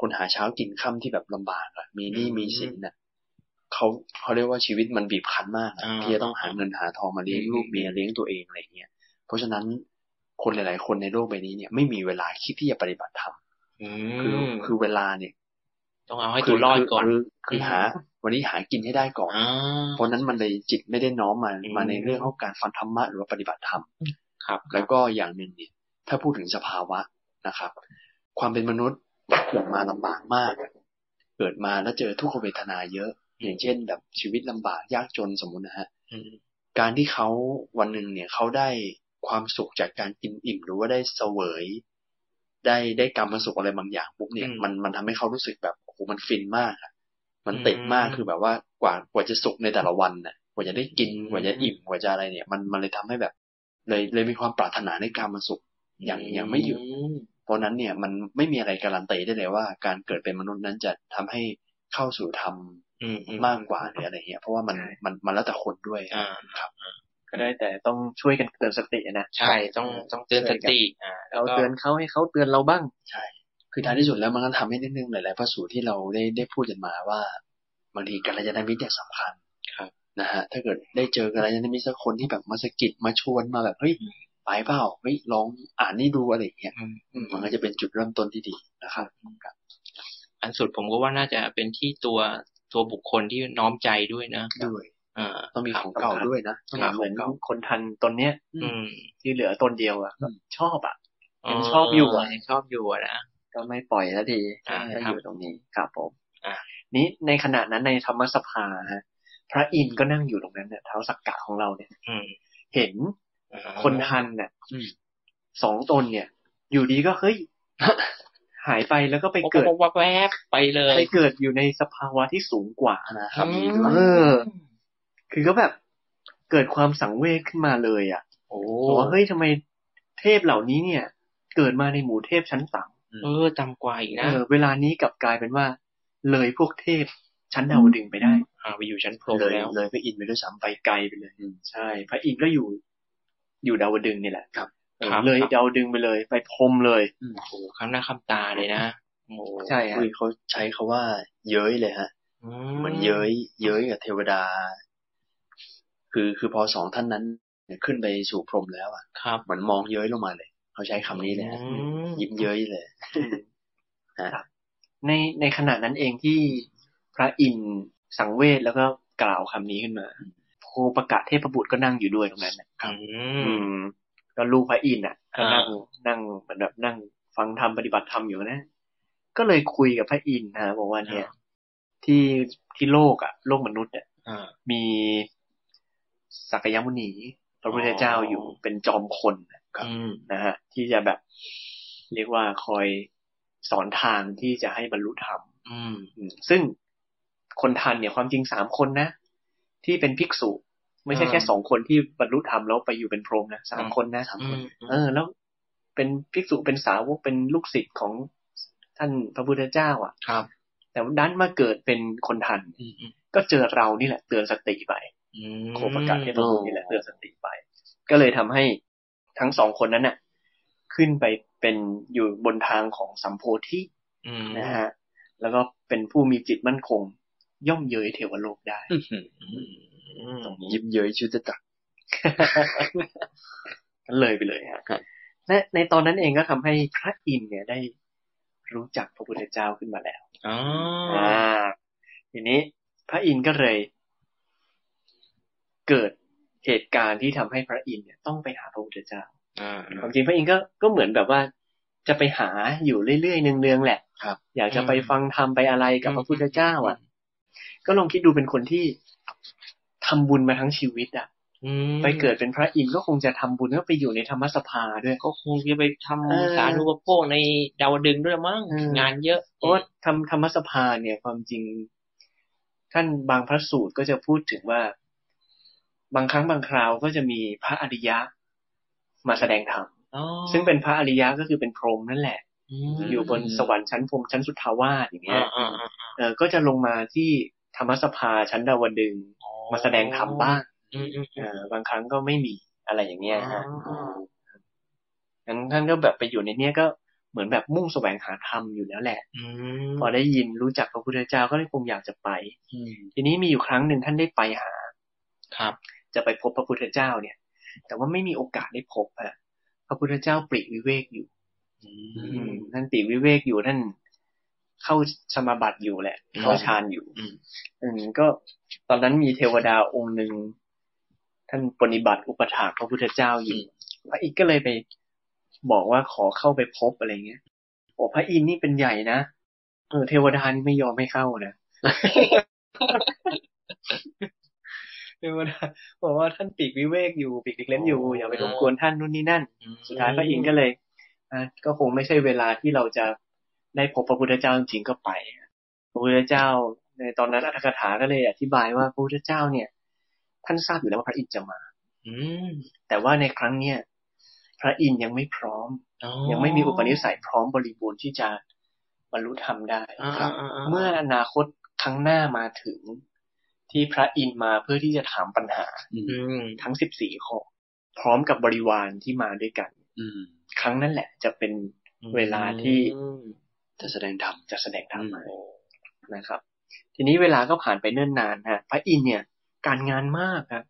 S3: คนหาเช้ากินค่ำที่แบบลำบากอะมีหนี้มีสินอะเขาเขาเรียกว่าชีวิตมันบีบคั้นมากอะ
S4: อ่า
S3: ที่จะต้องหาเงินหาทองมาเลี้ยง
S4: อืม
S3: ลูกเมียเลี้ยงตัวเองอะไรอย่างเงี้ยเพราะฉะนั้นคนหลาย ๆ คนในโลกใบนี้เนี่ยไม่มีเวลาคิดที่จะปฏิบัติธรรมคืออ
S4: คื
S3: คืออเวลาเนี่ย
S4: ต้องเอาให้ตัวรอดก่อน
S3: คืคือหา วันนี้หากินให้ได้ก่อน
S4: อ่า
S3: เพราะนั้นมันเลยจิตไม่ได้น้อมมา
S4: อืม
S3: มาในเรื่องของการฟังธรรมะหรือว่าปฏิบัติธรรม
S4: ครับ
S3: แล้วก็อย่างหนึ่งเนี่ย ถ้าพูดถึงสภาวะนะครับ ความเป็นมนุษย์เกิดมาลำบากมาก เกิดมาแล้วเจอทุกขเวทนาเยอะ อย่างเช่น แบบชีวิตลำบากยากจนสมมุตินะฮะ
S4: อืม
S3: การที่เขาวันหนึ่งเนี่ยเขาได้ความสุขจากการกินอิ่ม หรือว่าได้เสวย ได้ได้กรรมสุขอะไรบางอย่างปุ๊บเนี่ย
S4: อืม
S3: มันมันทำให้เขารู้สึกแบบโอ้โหมันฟินมากอะมันติดมาก
S4: อืม
S3: คือแบบว่ากว่ากว่าจะสุขในแต่ละวันน่ะ กว่าจะได้กินกว่าจะอิ่มกว่าจะอะไรเนี่ย มันมันเลยทำให้แบบ เลยเลยมีความปรารถนาในการมาสุข อย่างอย่างไม่หยุด
S4: ม
S3: เพราะนั้นเนี่ยมันไม่มีอะไรการันตีได้เลยว่า การเกิดเป็นมนุษย์นั้นจะทำให้เข้าสู่ธรรม
S4: อืมอืม
S3: มากกว่าหรืออะไรเงี้ยเพราะว่ามันมันมันแล้วแต่คนด้วย
S4: อ่า
S1: ก็ได้แต่ต้องช่วยกันเตือนสตินะ
S4: ใช่ต้องต้องเตือนสติอ่าแล้ว
S1: เรา
S4: ก็
S1: เตือนเขาให้เขาเตือนเราบ้าง
S3: คือท้ายที่สุดแล้วมันก็ทำให้นิดนึงหลายๆพระสูตรที่เราได้ได้พูดกันมาว่าบางทีกัลยาณมิตรเนี่ยสำคัญนะฮะถ้าเกิดได้เจอกัลยาณมิตรสักคนที่แบบมาสะกิดมาชวนมาแบบเฮ้ยไปเปล่าเฮ้ยลองอ่านนี่ดูอะไรอย่างเงี้ย
S4: อืม
S3: อืมมันก็จะเป็นจุดเริ่มต้นที่ดีนะครับ
S4: อันสุดผมก็ว่าน่าจะเป็นที่ตัวตัวบุคคลที่น้อมใจด้วยนะ
S3: ด้วย
S4: อ่า
S3: ต้องมีของเก่าด้วยนะต้อง
S1: ค
S3: มี
S1: รับ
S3: ข
S1: เหมื
S3: อ
S1: อง น
S3: เก่า
S1: คนทันตนเนี้ย
S4: อืม
S1: ที่เหลือตนเดียวอะก็ชอบอะ ยังชอบอยู่อะ
S4: ยังชอบอยู่อะนะ
S1: ก็ไม่ปล่อยสักที
S4: อ่า
S1: ก็อยู่ตรงนี้ครับผม
S4: อ่ะ
S1: นี้ในขณะนั้นในธรรมสภาฮะพระอินทร์ก็นั่งอยู่ตรงนั้นเนี่ยเท้าสักกะของเราเนี่ย
S4: อืม
S1: เห็น
S4: อ่า
S1: คนทันเนี่ย
S5: อืม
S1: สองตนเนี่ย อยู่ดีก็เฮ้ย หายไปแล้วก็ไปเกิด
S4: วับวับวับแวบไปเลย
S1: ไปเกิดอยู่ในสภาวะที่สูงกว่านะ
S3: ครับมีด้
S1: เอ
S3: วย
S1: อ คือก็แบบเกิดความสังเวชขึ้นมาเลยอ่ะ
S4: โอ้
S1: บอกว่าเฮ้ยทำไมเทพเหล่านี้เนี่ย เกิดมาในหมู่เทพชั้นต่
S4: เออต่ำกว่าอีก
S1: ำเอ
S4: นะ
S1: อเวลานี้กลับกลายเป็นว่า เลยพวกเทพชั้นดาวดึงส์ไปได้
S4: อ่าไปอยู่ชั้นพรหม
S1: เลย
S4: แล้ว
S1: เลยพระอินทร์ไปด้วยซ้ำไปไกลไปเลยใช่ พระอินทร์ก็อยู่ อยู่ดาวดึงส์นี่แหละ
S3: ครับ
S1: เออเลยดาวดึงส์ไปเลย ไปพรหมเลย
S4: โอ้โหคำหน้าคำตาเลยนะโอ้โห
S1: ใช่ฮะ
S3: อุ้ยเขาใช้คาว่า เย้ยเลยฮะ
S4: อื
S3: เหมือนเย้ยเย้ยกับเทวดา คือคือพอสองท่านนั้นเนี่ยขึ้นไปสู่พรหมแล้วอ่ะ
S4: ครับ
S3: เหมือนมองเย้ยลงมาเลย เขาใช้คำนี้เลยฮะ
S4: อืม
S3: ยิ้มเย้ยเลย
S1: ในในขณะนั้นเองที่พระอินทร์สังเวชแล้วก็กล่าวคำนี้ขึ้นมาโพปกะเทพบุตรก็นั่งอยู่ด้วยตรงนั้นนะ
S4: อื
S1: อื
S4: ม
S1: มก็ลูกพระอินทร์อ่ะก็
S4: อ่า
S1: นั่งนั่งเหมือนแบบนั่งฟังธรรมปฏิบัติธรรมอยู่นะ ก็เลยคุยกับพระอินทร์นะบอกว่าเนี่ย ที่ที่โลกอ่ะ โลกมนุษย์เนี่ย
S4: อ่า
S1: มีสักยมุนีพระพุทธเจ้าอยู่เป็นจอมคน
S4: อืม
S1: นะฮะที่จะแบบ เรียกว่าคอยสอนทางที่จะให้บรรลุธรรม
S4: อืม
S1: อืมซึ่งคนทันเนี่ยความจริงสามคนนะ ที่เป็นภิกษุ ไม่ใช่แค่สองคนที่บรรลุธรรมแล้วไปอยู่เป็นพรหมนะสามคนนะสาม
S4: อื
S1: ค
S4: ม
S1: นเออ แล้วเป็นภิกษุเป็นสาวกเป็นลูกศิษย์ของท่านพระพุทธเจ้า อ่ะ
S4: ครับ
S1: แต่ดันมาเกิดเป็นคนทัน
S4: อืมอืม
S1: ก็เจอเรานี่แหละ เตือนสติไป
S4: อืม
S1: โคประกาศให้พระพุทธนี่แหละเตือนสติไป ก็เลยทำให้ทั้งสองคนนั้นน่ะ ขึ้นไปเป็นอยู่บนทางของสัมโพธิ
S4: อืม
S1: นะฮะ แล้วก็เป็นผู้มีจิตมั่นคง ย่อมเย้ยเทวโลกได้
S4: อืมอืม
S3: ยิ้มเย้ยชุดจักร
S1: กันเลยไปเลยฮะ
S3: ครับ
S1: และในตอนนั้นเองก็ทำให้พระอินทร์เนี่ยได้รู้จักพระพุทธเจ้าขึ้นมาแล้ว
S4: อ๋อ
S1: อ่าทีนี้พระอินทร์ก็เลย เกิดเหตุการณ์ที่ทำให้พระอินทร์เนี่ยต้องไปหาพระพุทธเจ้า
S4: อ่า
S1: ความจริงพระอินทร์ก็ก็เหมือนแบบว่า จะไปหาอยู่เรื่อยๆเนืองๆแหละ
S3: ครับ
S1: อยากจะไปฟังธรรมไปอะไรกับพระพุทธเจ้า อ่ะ ก็ลองคิดดูเป็นคนที่ทำบุญมาทั้งชีวิตอ่ะ
S4: อืม
S1: ไปเกิดเป็นพระอินทร์ก็คงจะทำบุญแล้วไปอยู่ในธรรมสภาด้วย
S4: ก็คงจะไปท
S1: เออ
S4: ำสาธุปโภคในดาวดึงส์ด้วยมั้ง
S1: เออ
S4: งานเยอะ
S1: เพราะว่าทำธรรมสภาเนี่ย ความจริง ท่านบางพระสูตรก็จะพูดถึงว่า บางครั้งบางคราวก็จะมีพระอริยะ มาแสดงธรรม
S4: อ๋อ
S1: ซึ่งเป็นพระอริยะก็คือเป็นพรหมนั่นแหละ
S4: ม
S1: อยู่บนสวรรค์ชั้นพรหมชั้นสุทธาวาสอย่างเงี้
S4: อ่าย อ่าอ่า
S1: เออก็จะลงมาที่ธรรมสภาชั้นดาวดึงส์มาแสดงธรรมบ้าง
S4: อืมอืม
S1: เออบางครั้งก็ไม่มีอะไรอย่างเงี้ยฮะ
S4: อ๋อ
S1: งั้นท่านก็แบบไปอยู่ในเนี้ยก็เหมือนแบบมุ่งแสวงหาธรรมอยู่แล้วแหละ
S4: อื
S1: พอได้ยินรู้จักพระพุทธเจ้าก็เลยคงอยากจะไป ทีนี้มีอยู่ครั้งหนึ่งท่านได้ไปหา
S4: ครับ
S1: จะไปพบพระพุทธเจ้าเนี่ย แต่ว่าไม่มีโอกาสได้พบอะพระพุทธเจ้าปลีกวิเวกอยู่ อืมท่านปลีกวิเวกอยู่ท่านเข้าสมาบัติอยู่แหละ เข้าฌานอยู่
S4: อืม
S1: อืมก็ตอนนั้นมีเทวดาองค์หนึ่งท่านปฏิบัติอุปถากพระพุทธเจ้าอยู่พระอินทร์ก็เลยไปบอกว่าขอเข้าไปพบอะไรเงี้ยโอ้พระอินทร์นี่เป็นใหญ่นะเออเทวดานี่ไม่ยอมให้เข้านะ เทวดาบอกว่าท่านปีกวิเวกอยู่ปีกเล็กๆอยู่อย่าไปรบกวนท่านนู่นนี่นั่น สุดท้ายพระอินทร์ก็เลยอ่ะก็คงไม่ใช่เวลาที่เราจะได้พบพระพุทธเจ้าจริงๆก็ไปพระพุทธเจ้า ในตอนนั้นอัตถกถาก็เลยอธิบายว่าพระพุทธเจ้าเนี่ย ท่านทราบอยู่แล้วว่าพระอินทร์จะมา
S4: อืม
S1: แต่ว่าในครั้งเนี้ยพระอินทร์ยังไม่พร้อม
S4: อ๋อ
S1: ยังไม่มีอุปนิสัยพร้อมบริบูรณ์ที่จะบรรลุธรรมได้
S4: อ่า
S1: ครับ
S4: อ่าา
S1: เมื่ออนาคตครั้งหน้ามาถึงที่พระอินทร์มาเพื่อที่จะถามปัญหา
S4: อืม
S1: ทั้งสิบสี่ข้อพร้อมกับบริวารที่มาด้วยกัน
S3: อืม
S1: ครั้งนั้นแหละจะเป็นเวลาที่
S4: อืม
S3: จะแสดงธรรม
S1: จะแสดงธรรม
S3: อืม
S1: นะครับ ทีนี้เวลาก็ผ่านไปเนิ่นนานฮะพระอินทร์เนี่ย การงานมากครับ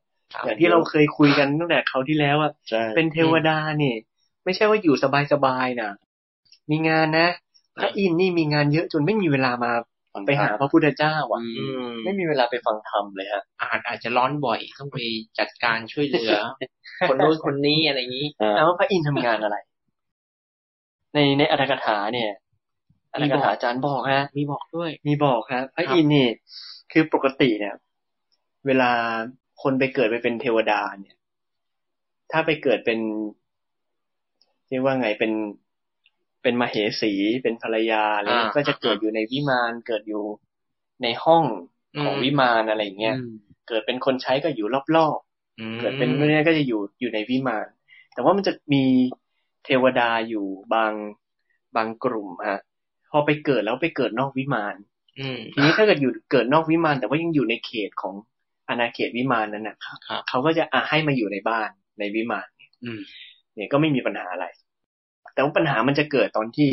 S1: อย่างที่เราเคยคุยกันตั้งแต่คราวที่แล้วว่า
S3: ใช่
S1: เป็นเทวดาเนี่ย ไม่ใช่ว่าอยู่สบายๆนะมีงานนะ พระอินทร์นี่มีงานเยอะจนไม่มีเวลามาไปหาพระพุทธเจ้าอ่ะ
S4: อืม
S1: ไม่มีเวลาไปฟังธรรมเลยฮะ
S4: อาจอาจจะร้อนบ่อยต้องไปจัดการช่วยเหลื อ คนนู้นคนนี้อะไรอย่างนี้
S1: ถามว่าพระอินทร์ทำงานอะไร ในในอัตถกถาเนี่ย อะไรกันอาจารย์บอกฮะ
S4: มีบอกด้วย
S1: มีบอกครับพระ
S4: ครับ
S1: อินทร์นี่คือปกติเนี่ย เวลาคนไปเกิดไปเป็นเทวดาเนี่ย ถ้าไปเกิดเป็นเรียกว่าไงเป็นเป็นมเหสีเป็นภรรยาอะไรเงี้ย
S4: อ่า
S1: ก็จะเกิดอยู่ในวิมานเกิดอยู่ในห้องของวิมานอะไรอย่างเงี้ยเกิดเป็นคนใช้ก็อยู่รอบ
S4: อืม
S1: ๆเกิดเป็นเรื่อยก็จะอยู่อยู่ในวิมาน แต่ว่ามันจะมีเทวดาอยู่บางบางกลุ่มฮะพอไปเกิดแล้วไปเกิดนอกวิมาน
S4: อืม
S1: ทีนี้ถ้าเกิดอยู่เกิดนอกวิมานแต่ว่ายังอยู่ในเขตของอาณาเขตวิมานนั้นนะครับ เขาก็จะอ่ะให้มาอยู่ในบ้านในวิมานเนี่ย
S5: อืม
S1: เนี่ยก็ไม่มีปัญหาอะไร แต่ว่าปัญหามันจะเกิดตอนที่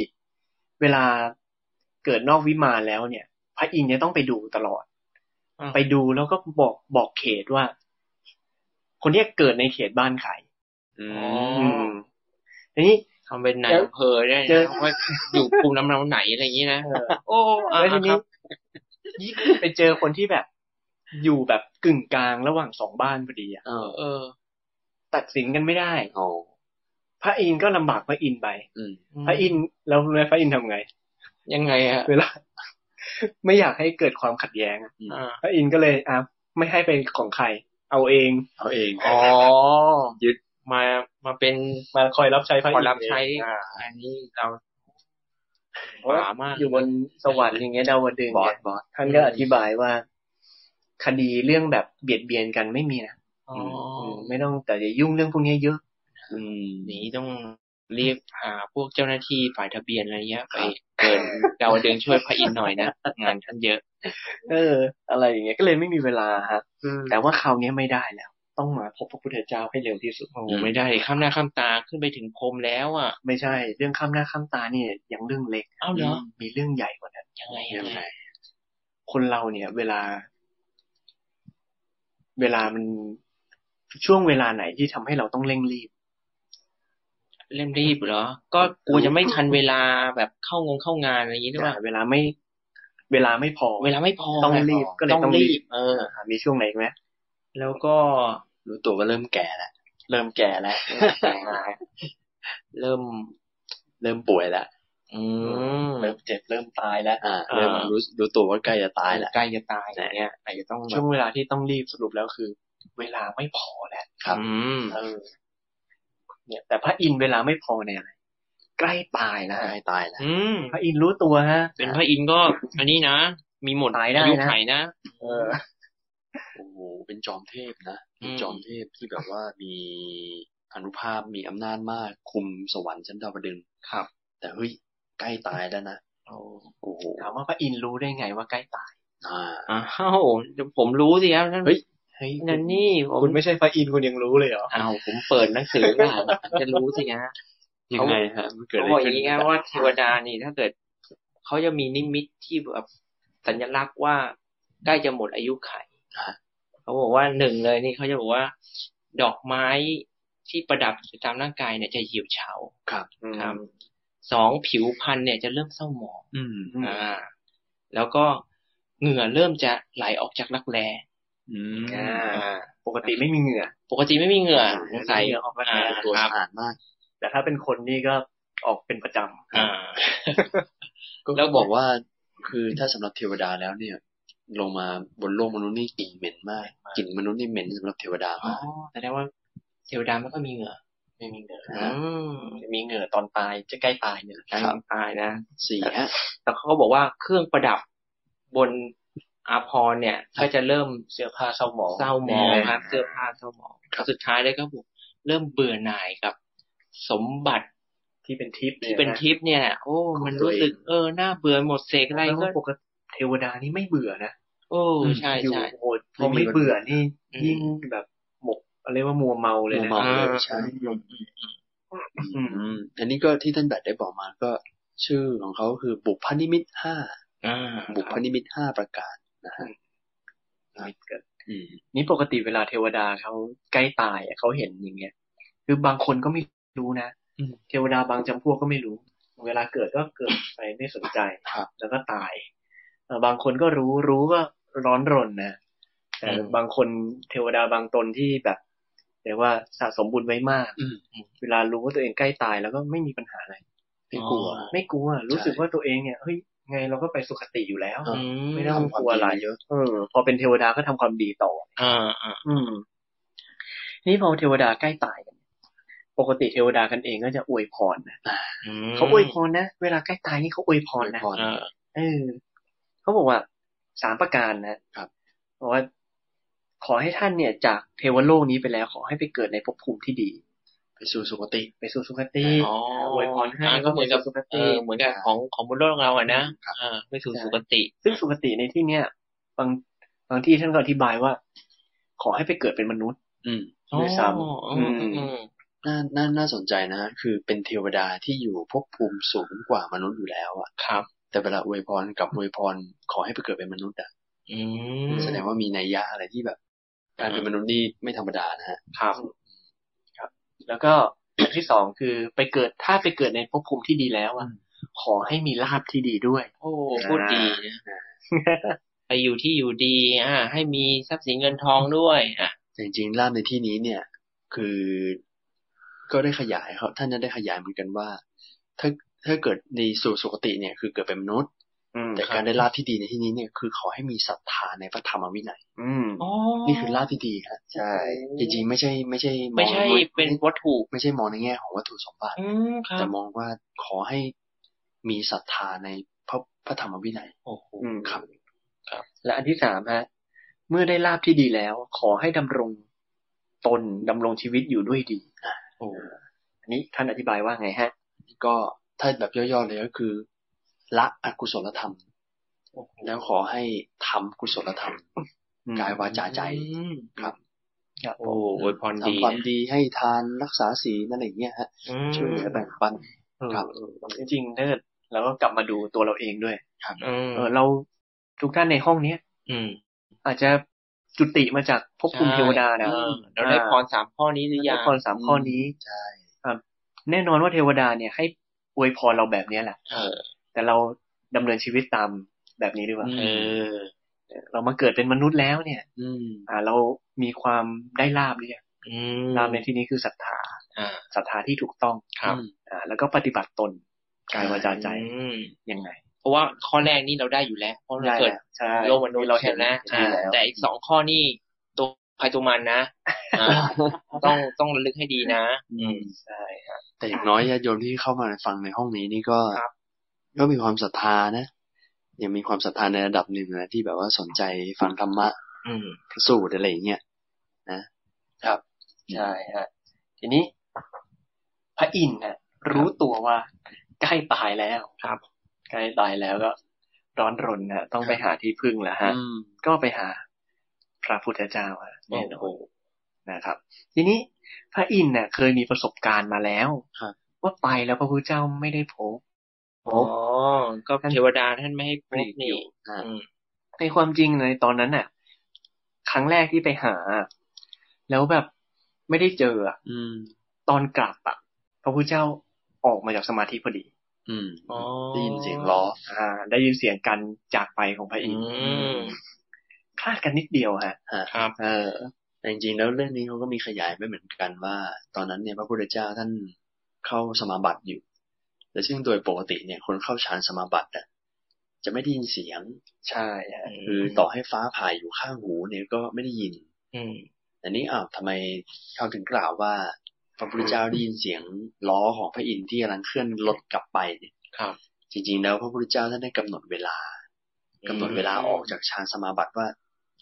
S1: เวลาเกิดนอกวิมานแล้วเนี่ย พระอินทร์จะต้องไปดูตลอด
S4: อ่า
S1: ไปดูแล้วก็บอกบอกเขตว่า คนเนี้ยเกิดในเขตบ้านใคร
S3: อื
S4: อ๋อ
S3: ม
S1: อืมทีนี้
S4: ทำเป็นนาย
S1: แล้ว
S4: อำเภอได้นะ
S1: เจอ
S4: ว่าอยู่ภูมิลำเนาไหนอะไรอย่างนี้นะ
S1: เออ
S4: โอ้อ่า
S1: แล้วที
S4: ค
S1: นี้
S4: รับ
S1: ยิ่ง ไปเจอคนที่แบบ อยู่แบบกึ่งกลางระหว่างสองบ้านพอดีอะ
S4: เออเออ
S1: ตัดสินกันไม่ได้
S3: โอ้
S1: พระอินทร์ก็ลำบากพระอินทร์ไป
S3: อืม
S1: พระอินทร์แล้วรู้ไหมพระอินทร์ทำไง
S4: ยังไงฮะ
S1: เวลา ไม่อยากให้เกิดความขัดแย้งอะ
S3: อืม
S4: อ่า
S1: พระอินทร์ก็เลยอ่ะไม่ให้เป็นของใคร เอาเอง
S3: เอาเอง
S4: อ๋อยึดมามาเป็น
S1: มาคอยรับใช้พระ
S4: ข
S1: อิ
S4: อน
S1: ทร์
S4: รับใช้
S1: เองอ่า
S4: อันนี้เรา
S1: เพราะว่า
S4: ขวามาก
S1: อยู่บนสวรรค์อย่างเงี้ยดาวดึงส์
S3: บอส
S1: เนี่ย
S3: บอส
S1: ท่านก็อธิบายว่า คดีเรื่องแบบเบียดเบียนกันไม่มีนะ
S4: อ๋อ
S1: มไม่ต้องแต่อย่ายุ่งเรื่องพวกเนี้ยเยอะ
S3: อืม
S4: หนีต้องเรียกหาพวกเจ้าหน้าที่ฝ่ายทะเบียนอะไรเงี้ยไป
S3: ครับ
S4: เกินดาวดึงส์ช่วยพระอินทร์หน่อยนะงานท่านเยอะ
S1: เออ อะไรอย่างเงี้ยก็เลยไม่มีเวลาฮะแต่ว่าคราวเนี้ยไม่ได้แล้ว ต้องมาพบพระพุทธเจ้าให้เร็วที่สุด
S4: โอ้ไม่ได้ข้ามหน้าข้ามตาขึ้นไปถึงพรหมแล้วอ่ะ
S1: ไม่ใช่ เรื่องข้ามหน้าข้ามตาเนี่ยยังเรื่องเล็ก
S4: อ้าวเหรอ
S1: มีมีเรื่องใหญ่กว่านั้น
S4: ยังไงยังไง
S1: คนเราเนี่ย เวลา เวลามันช่วงเวลาไหนที่ทำให้เราต้องเร่งรีบ
S4: เร่งรีบเหรอ ก็กลัวจะไม่ทันเวลาแบบเข้างงเข้างานอะไรอย่างนี้หรือเปล่า
S1: เวลาไม่ เวลาไม่พอ
S4: เวลาไม่พอ
S1: ต้อง
S4: ไ
S1: รีบก็เลย
S4: ต้อง
S1: ต้อง
S4: รี
S1: รี
S4: บบ เออ
S1: อ่ะมีช่วงไหนอีกไหม
S4: แล้วก็
S3: รู้ตัวว่าเริ่มแก่แล้ว
S1: เริ่มแก่ แล้ว
S4: เริ่ม
S3: เริ่มป่วยแล้ว
S4: อืม
S1: เริ่มเจ็บเริ่มตายแล้ว
S3: อ่า
S4: อ่า
S3: เริ่มรู้รู้ตัวว่าใกล้จะตายแล้ว
S4: ใกล้จะตายอย่างเงี้ยอาจจะต้องแบบ
S1: ช่วงเวลาที่ต้องรีบสรุปแล้วคือ เวลาไม่พอแล้ว
S3: ครับ
S4: อืม
S1: เออ เนี่ย แต่พระอินทร์เวลาไม่พอเนี่ยอะไรใกล้ตายนะฮะ
S3: ใกล้ตายแล้ว
S4: อืม
S1: พระอินทร์รู้ตัวฮะ
S4: เป็นพระอินทร์ก็ อันนี้นะ มีหมด
S1: ตายได้นะ
S4: อายุไขนะ
S1: เออ
S3: โอ้โห เป็นจอมเทพนะ
S4: อืม
S3: จอมเทพที่แบบว่ามีอนุภาพมีอำนาจมาก คุมสวรรค์ชั้นดาวดึงส์
S4: ครับ
S3: แต่เฮ้ย ใกล้ตายแล้วนะ โอ้โห
S1: ถามว่าพระอินทร์รู้ได้ไงว่าใกล้ตาย
S3: อ่า
S4: อ้าวเดี๋ยวผมรู้สิครับนั่น
S3: เฮ้ย
S1: เฮ้ย
S4: นั่นนี่ผม
S1: คุณไม่ใช่พระอินทร์คุณยังรู้เลยเหรอ
S4: อ้าวผมเปิดหนังสืออ่านผมจะรู้สิฮะ
S3: ยังไงฮะ มันเกิดอะไร
S4: เขาบอกอ
S3: ขึ้
S4: ย่าน งนี้ครับว่าเทวดานี่ถ้าเกิดเขาจะมีนิมิตที่แบบสัญลักษณ์ว่าใกล้จะหมดอายุไขยเขาบอกว่าหนึ่งเลยนี่เขาจะบอกว่า ดอกไม้ที่ประดับอยู่ตามร่างกายเนี่ยจะเหี่ยวเฉา
S3: ครับ
S4: ครับสองผิวพรรณเนี่ยจะเริ่มเศร้าหมอง
S3: อืม
S1: อืม
S4: อ่า แล้วก็เหงื่อเริ่มจะไหลออกจากรักแร้
S3: อืม
S1: อ่า ปกติไม่มีเหงื่อ
S4: ปกติไม่มีเหงื่อสงสัย
S1: เหงื่อออกมา
S4: อ่า
S1: เป็น
S3: ตัว
S4: ครั
S3: สะ
S4: บ
S3: อาดมาก
S1: แต่ถ้าเป็นคนนี่ก็ออกเป็นประจำ
S4: อ่า แล้
S3: แล้ว วบอกว่าคือถ้าสำหรับเทวดาแล้วเนี่ย ลงมาบนโลกมนุษย์นี่กลิ่นเหม็นมากกลิ่นมนุษย์นี่เหม็นสำหรับเทวดา
S4: อ๋อ
S3: มาก
S4: แสดงว่าเทวดาไม่ค่อยมีเหงื่อ
S1: ไม่มีเหงื่อ
S4: อืม
S1: จะมีเหงื่อตอนตายจะใกล้ตายเนี่ย
S4: การตายนะ
S3: สี่ฮะ
S4: แต่เขาก็บอกว่าเครื่องประดับบนอาพรณ์เนี่ย ก็จะเริ่ม
S1: เสื้อผ้าเศร้าหมอง
S4: เศร้าหมองครับเสื้อผ้าเศร้าหมองสุดท้ายแล้วก็บอกเริ่มเบื่อหน่ายกับ สมบัติ
S1: ที่เป็นทิพย์
S4: ที่เป็นทิพย์เนี่ย โอ้ มันรู้สึกเออหน้าเบื่อหมดเสก
S1: อะ
S4: อะไร ไร
S1: ก็
S4: ก็
S1: ปกติเทวดานี่ไม่เบื่อนะ
S4: โอ้ใช่
S1: อยู่
S4: ใช่
S1: โหดพอไม่เบื่อนี่
S4: อืม
S1: ยิ่งแบบหมกอะไรว่ามัวเมาเลยนะ
S3: มัวเมา
S4: อ่า
S3: ใช่ อืมอันนี้ก็ที่ท่านแบทได้บอกมาก็ ชื่อของเขาคือบุพนิมิตห้า
S4: อ่า
S3: บุพนิมิตห้าประการนะฮะอืม
S1: นี่ปกติเวลาเทวดาเขาใกล้ตายอะเขาเห็นอย่างเงี้ย คือบางคนก็ไม่รู้นะเทวดาบางจำพวกก็ไม่รู้ เวลาเกิดก็เกิดไปไม่สนใจ
S3: ครับ
S1: แล้วก็ตายเอ่อบางคนก็รู้รู้ก็ร้อนรนนะแต่บางคนเทวดาบางตนที่แบบเรียกว่าสะสมบุญไว้มาก
S3: อืม
S1: เวลารู้ว่าตัวเองใกล้ตายแล้วก็ไม่มีปัญหาอะไร
S3: ไม่กลัว
S1: ไม่กลัว รู้สึกว่าตัวเองเนี่ยเฮ้ยไงเราก็ไปสุคติอยู่แล้ว
S3: เออ
S1: ไม่ต้อง
S3: ทำค
S1: ก
S3: วาม
S1: ลัวอะไร
S3: ดีเยอะ
S1: เออ พอเป็นเทวดาก็ทำความดีต่อ
S4: อ่าอ่า
S1: อืม นี่พอเทวดาใกล้ตายกันเนี่ยปกติเทวดากันเองก็จะอวยพรนะ
S4: ม
S1: เขาอวยพรนะเวลาใกล้ตายนี่เขาอวยพรนะ
S3: อวยพร
S4: เออ
S1: เออเขาบอกว่าสามประการนะครับ บอกว่า ขอให้ท่านเนี่ย จากเทวโลกนี้ไปแล้ว ขอให้ไปเกิดในภพภูมิที่ดี
S3: ไปสู่สุคติ
S1: ไปสู่สุคติ
S4: อ๋อ
S1: อวยพรให้
S4: อ่าก็เหมือนกับ
S1: ไปสู่สุค
S4: เอ
S1: ติ
S4: อเหมือนกับของของบนโลกเราอะนะอ่าไม่สู่สุคติ
S1: ซึ่งสุคติในที่เนี้ยบางบางที่ท่านก็อธิบายว่า ขอให้ไปเกิดเป็นมนุษย์
S3: อืม
S1: ด้วยซ้ำ
S4: อ๋ออืม
S1: อื
S3: น่าน่าน่าสนใจนะ คือเป็นเทวดาที่อยู่ภพภูมิสูงกว่ามนุษย์อยู่แล้วอะ
S4: ครับ
S3: แต่เวลาอวยพรกับอวยพรขอให้ไปเกิดเป็นมนุษย์อะ
S4: อืม
S3: แสดงว่ามีนัยยะอะไรที่แบบ การเป็นมนุษย์นี่ไม่ธรรมดานะฮะ
S4: ครับ
S1: แล้วก็ อย่างที่สองคือไปเกิดถ้าไปเกิดในภพภูมิที่ดีแล้วอ่ะ ขอให้มีลาภที่ดีด้วย
S4: โอ้พูดดีนะไปอยู่ที่อยู่ดี อ่า ให้มีทรัพย์สินเงินทองด้วยอ่ะ
S3: แต่จริงๆล่ามในที่นี้เนี่ย คือก็ได้ขยายครับท่านจะได้ขยายเหมือนกันว่า ถ้าถ้าเกิดในสู่สุคติเนี่ย คือเกิดเป็นมนุษย์
S1: อืม
S3: แต่การได้ลาภที่ดีในที่นี้เนี่ยคือขอให้มีศรัทธาในพระธรรมวินัย
S1: อืม
S3: นี่คือลาภที่ดีฮะ
S1: ใช่
S3: จริงๆ ไม่ใช่ ไม่ใช่อง
S4: ไม่ใช่เป็นวัตถุ
S3: ไม่ใช่มองในแง่ของวัตถุสมบัติ
S4: อืมครั
S3: แต่
S4: บ
S3: มองว่าขอให้มีศรัทธาในพระพระธรรมวินัย
S4: โอ้โห
S1: อืม
S3: ครับ
S4: ครับ
S1: และอันที่สามฮะ เมื่อได้ลาภที่ดีแล้ว ขอให้ดำรงตนดำรงชีวิตอยู่ด้วยดี
S4: โอ้
S1: อันนี้ท่านอธิบายว่าไงฮะ
S3: ก็ถ้าแบบย่อๆเลยก็คือ ละอกุศลธรรม แล้วขอให้ทำกุศลธรรม
S1: อืม
S3: กายวาจาใจ
S4: อืม
S3: ครับ
S4: โอ้โอวยพรดี
S3: ทำความ
S4: นะ
S3: ดีให้ทานรักษาศีลอะไรอย่างเงี้ยฮะ
S4: อืม
S3: ช่วยเหลือแบ่งปัน ครับ
S1: เออจริงๆถ้าเกิดเราก็กลับมาดูตัวเราเองด้วย
S4: อืม
S1: เออเราทุกท่านในห้องเนี้ย
S4: อืม
S1: อาจจะจุติมาจากภพภูมิเทวดานะ
S4: เออเราได้พรสามข้อนี้หรือยั
S1: ได้
S4: ง
S1: พรสามข้อนี้
S3: ใช่
S1: ครับแน่นอนว่าเทวดาเนี่ยให้อวยพรเราแบบเนี้ยแหละ
S4: เออ
S1: แต่เราดำเนินชีวิตตามแบบนี้ดีกว่า
S4: เออ
S1: เรามาเกิดเป็นมนุษย์แล้วเนี่ย
S3: อืม
S1: อ่า เรามีความได้ลาบเนี่ยง
S4: อืม
S1: ลาบในที่นี้คือศรัทธา
S4: อ่า
S1: ศรัทธาที่ถูกต้อง
S4: ครับ
S1: อ่า แล้วก็ปฏิบัติตนกายวาจาใจ
S4: อืม
S1: ยังไง
S4: เพราะว่าข้อแรกนี่เราได้อยู่แล้ว เพราะเรา
S1: ได้
S4: เกิด
S1: แล้วใช่
S4: โลกมนุษย์เราเห็นนะ
S1: ใช่
S4: อ่า
S1: แล้ว
S4: แต่อีกสองข้อนี่ตัวใครตัวมันนะอ่าต้องต้องระลึกให้ดีนะ อืม
S1: ใช่ครับ
S3: แต่อย่างน้อยญาติโยมที่เข้ามาฟังในห้องนี้นี่ก็
S4: ครับ
S3: ก็มีความศรัทธานะยังมีความศรัทธาในระดับหนึ่งนะที่แบบว่าสนใจฟังธรรมะ
S4: อืม
S3: พิสูจน์อะไรอย่างเงี้ย
S1: ใช่ฮะทีนี้ พระอินทร์นะรู้ตัวว่าใกล้ตายแล้ว
S4: ครับ
S1: ใกล้ตายแล้วก็ ร้อนรนนะต้องไปหาที่พึ่งแล้วฮะ
S3: อืม
S1: ก็ไปหาพระพุทธเจ้าฮะแน่นอ
S4: โอ้
S1: น
S4: โห
S1: นะครับ ทีนี้พระอินทร์นะเคยมีประสบการณ์มาแล้ว
S3: ครับ
S1: ว่าไปแล้วพระพุทธเจ้าไม่ได้พบ
S4: อ๋อ ก็เทวดาท่านไม่ให้พบนี่
S3: อ่า
S4: อืม
S1: ในความจริงในตอนนั้นน่ะ ครั้งแรกที่ไปหา แล้วแบบไม่ได้เจออะ
S3: อืม
S1: ตอนกลับอะพระพุทธเจ้าออกมาจากสมาธิพอดี
S3: อืม
S4: อ๋อ
S3: ได้ยินเสียงล้อ
S1: อ่า ได้ยินเสียงกันจากไปของพระอินทร์
S4: อืม
S1: คลาดกันนิดเดียวฮะ
S4: ครับ
S3: เออ แต่จริงๆแล้วเรื่องนี้เขาก็มีขยายไปเหมือนกันว่า ตอนนั้นเนี่ยพระพุทธเจ้าท่านเข้าสมาบัติอยู่ แต่ซึ่งโดยปกติเนี่ย คนเข้าฌานสมาบัติอ่ะจะไม่ได้ยินเสียง
S1: ใช่ฮะ
S3: คือต่อให้ฟ้าผ่าอยู่ข้างหูเนี่ยก็ไม่ได้ยิน
S4: อืม
S3: แต่นี่อ้าวทำไมเขาถึงกล่าวว่าพระพุทธเจ้าได้ยินเสียงล้อของพระอินทร์ที่กำลังเคลื่อนรถกลับไปเนี่ย
S4: ครับ
S3: จริง ๆ แล้วพระพุทธเจ้าท่านได้กำหนดเวลา กำหนดเวลาออกจากฌานสมาบัติว่า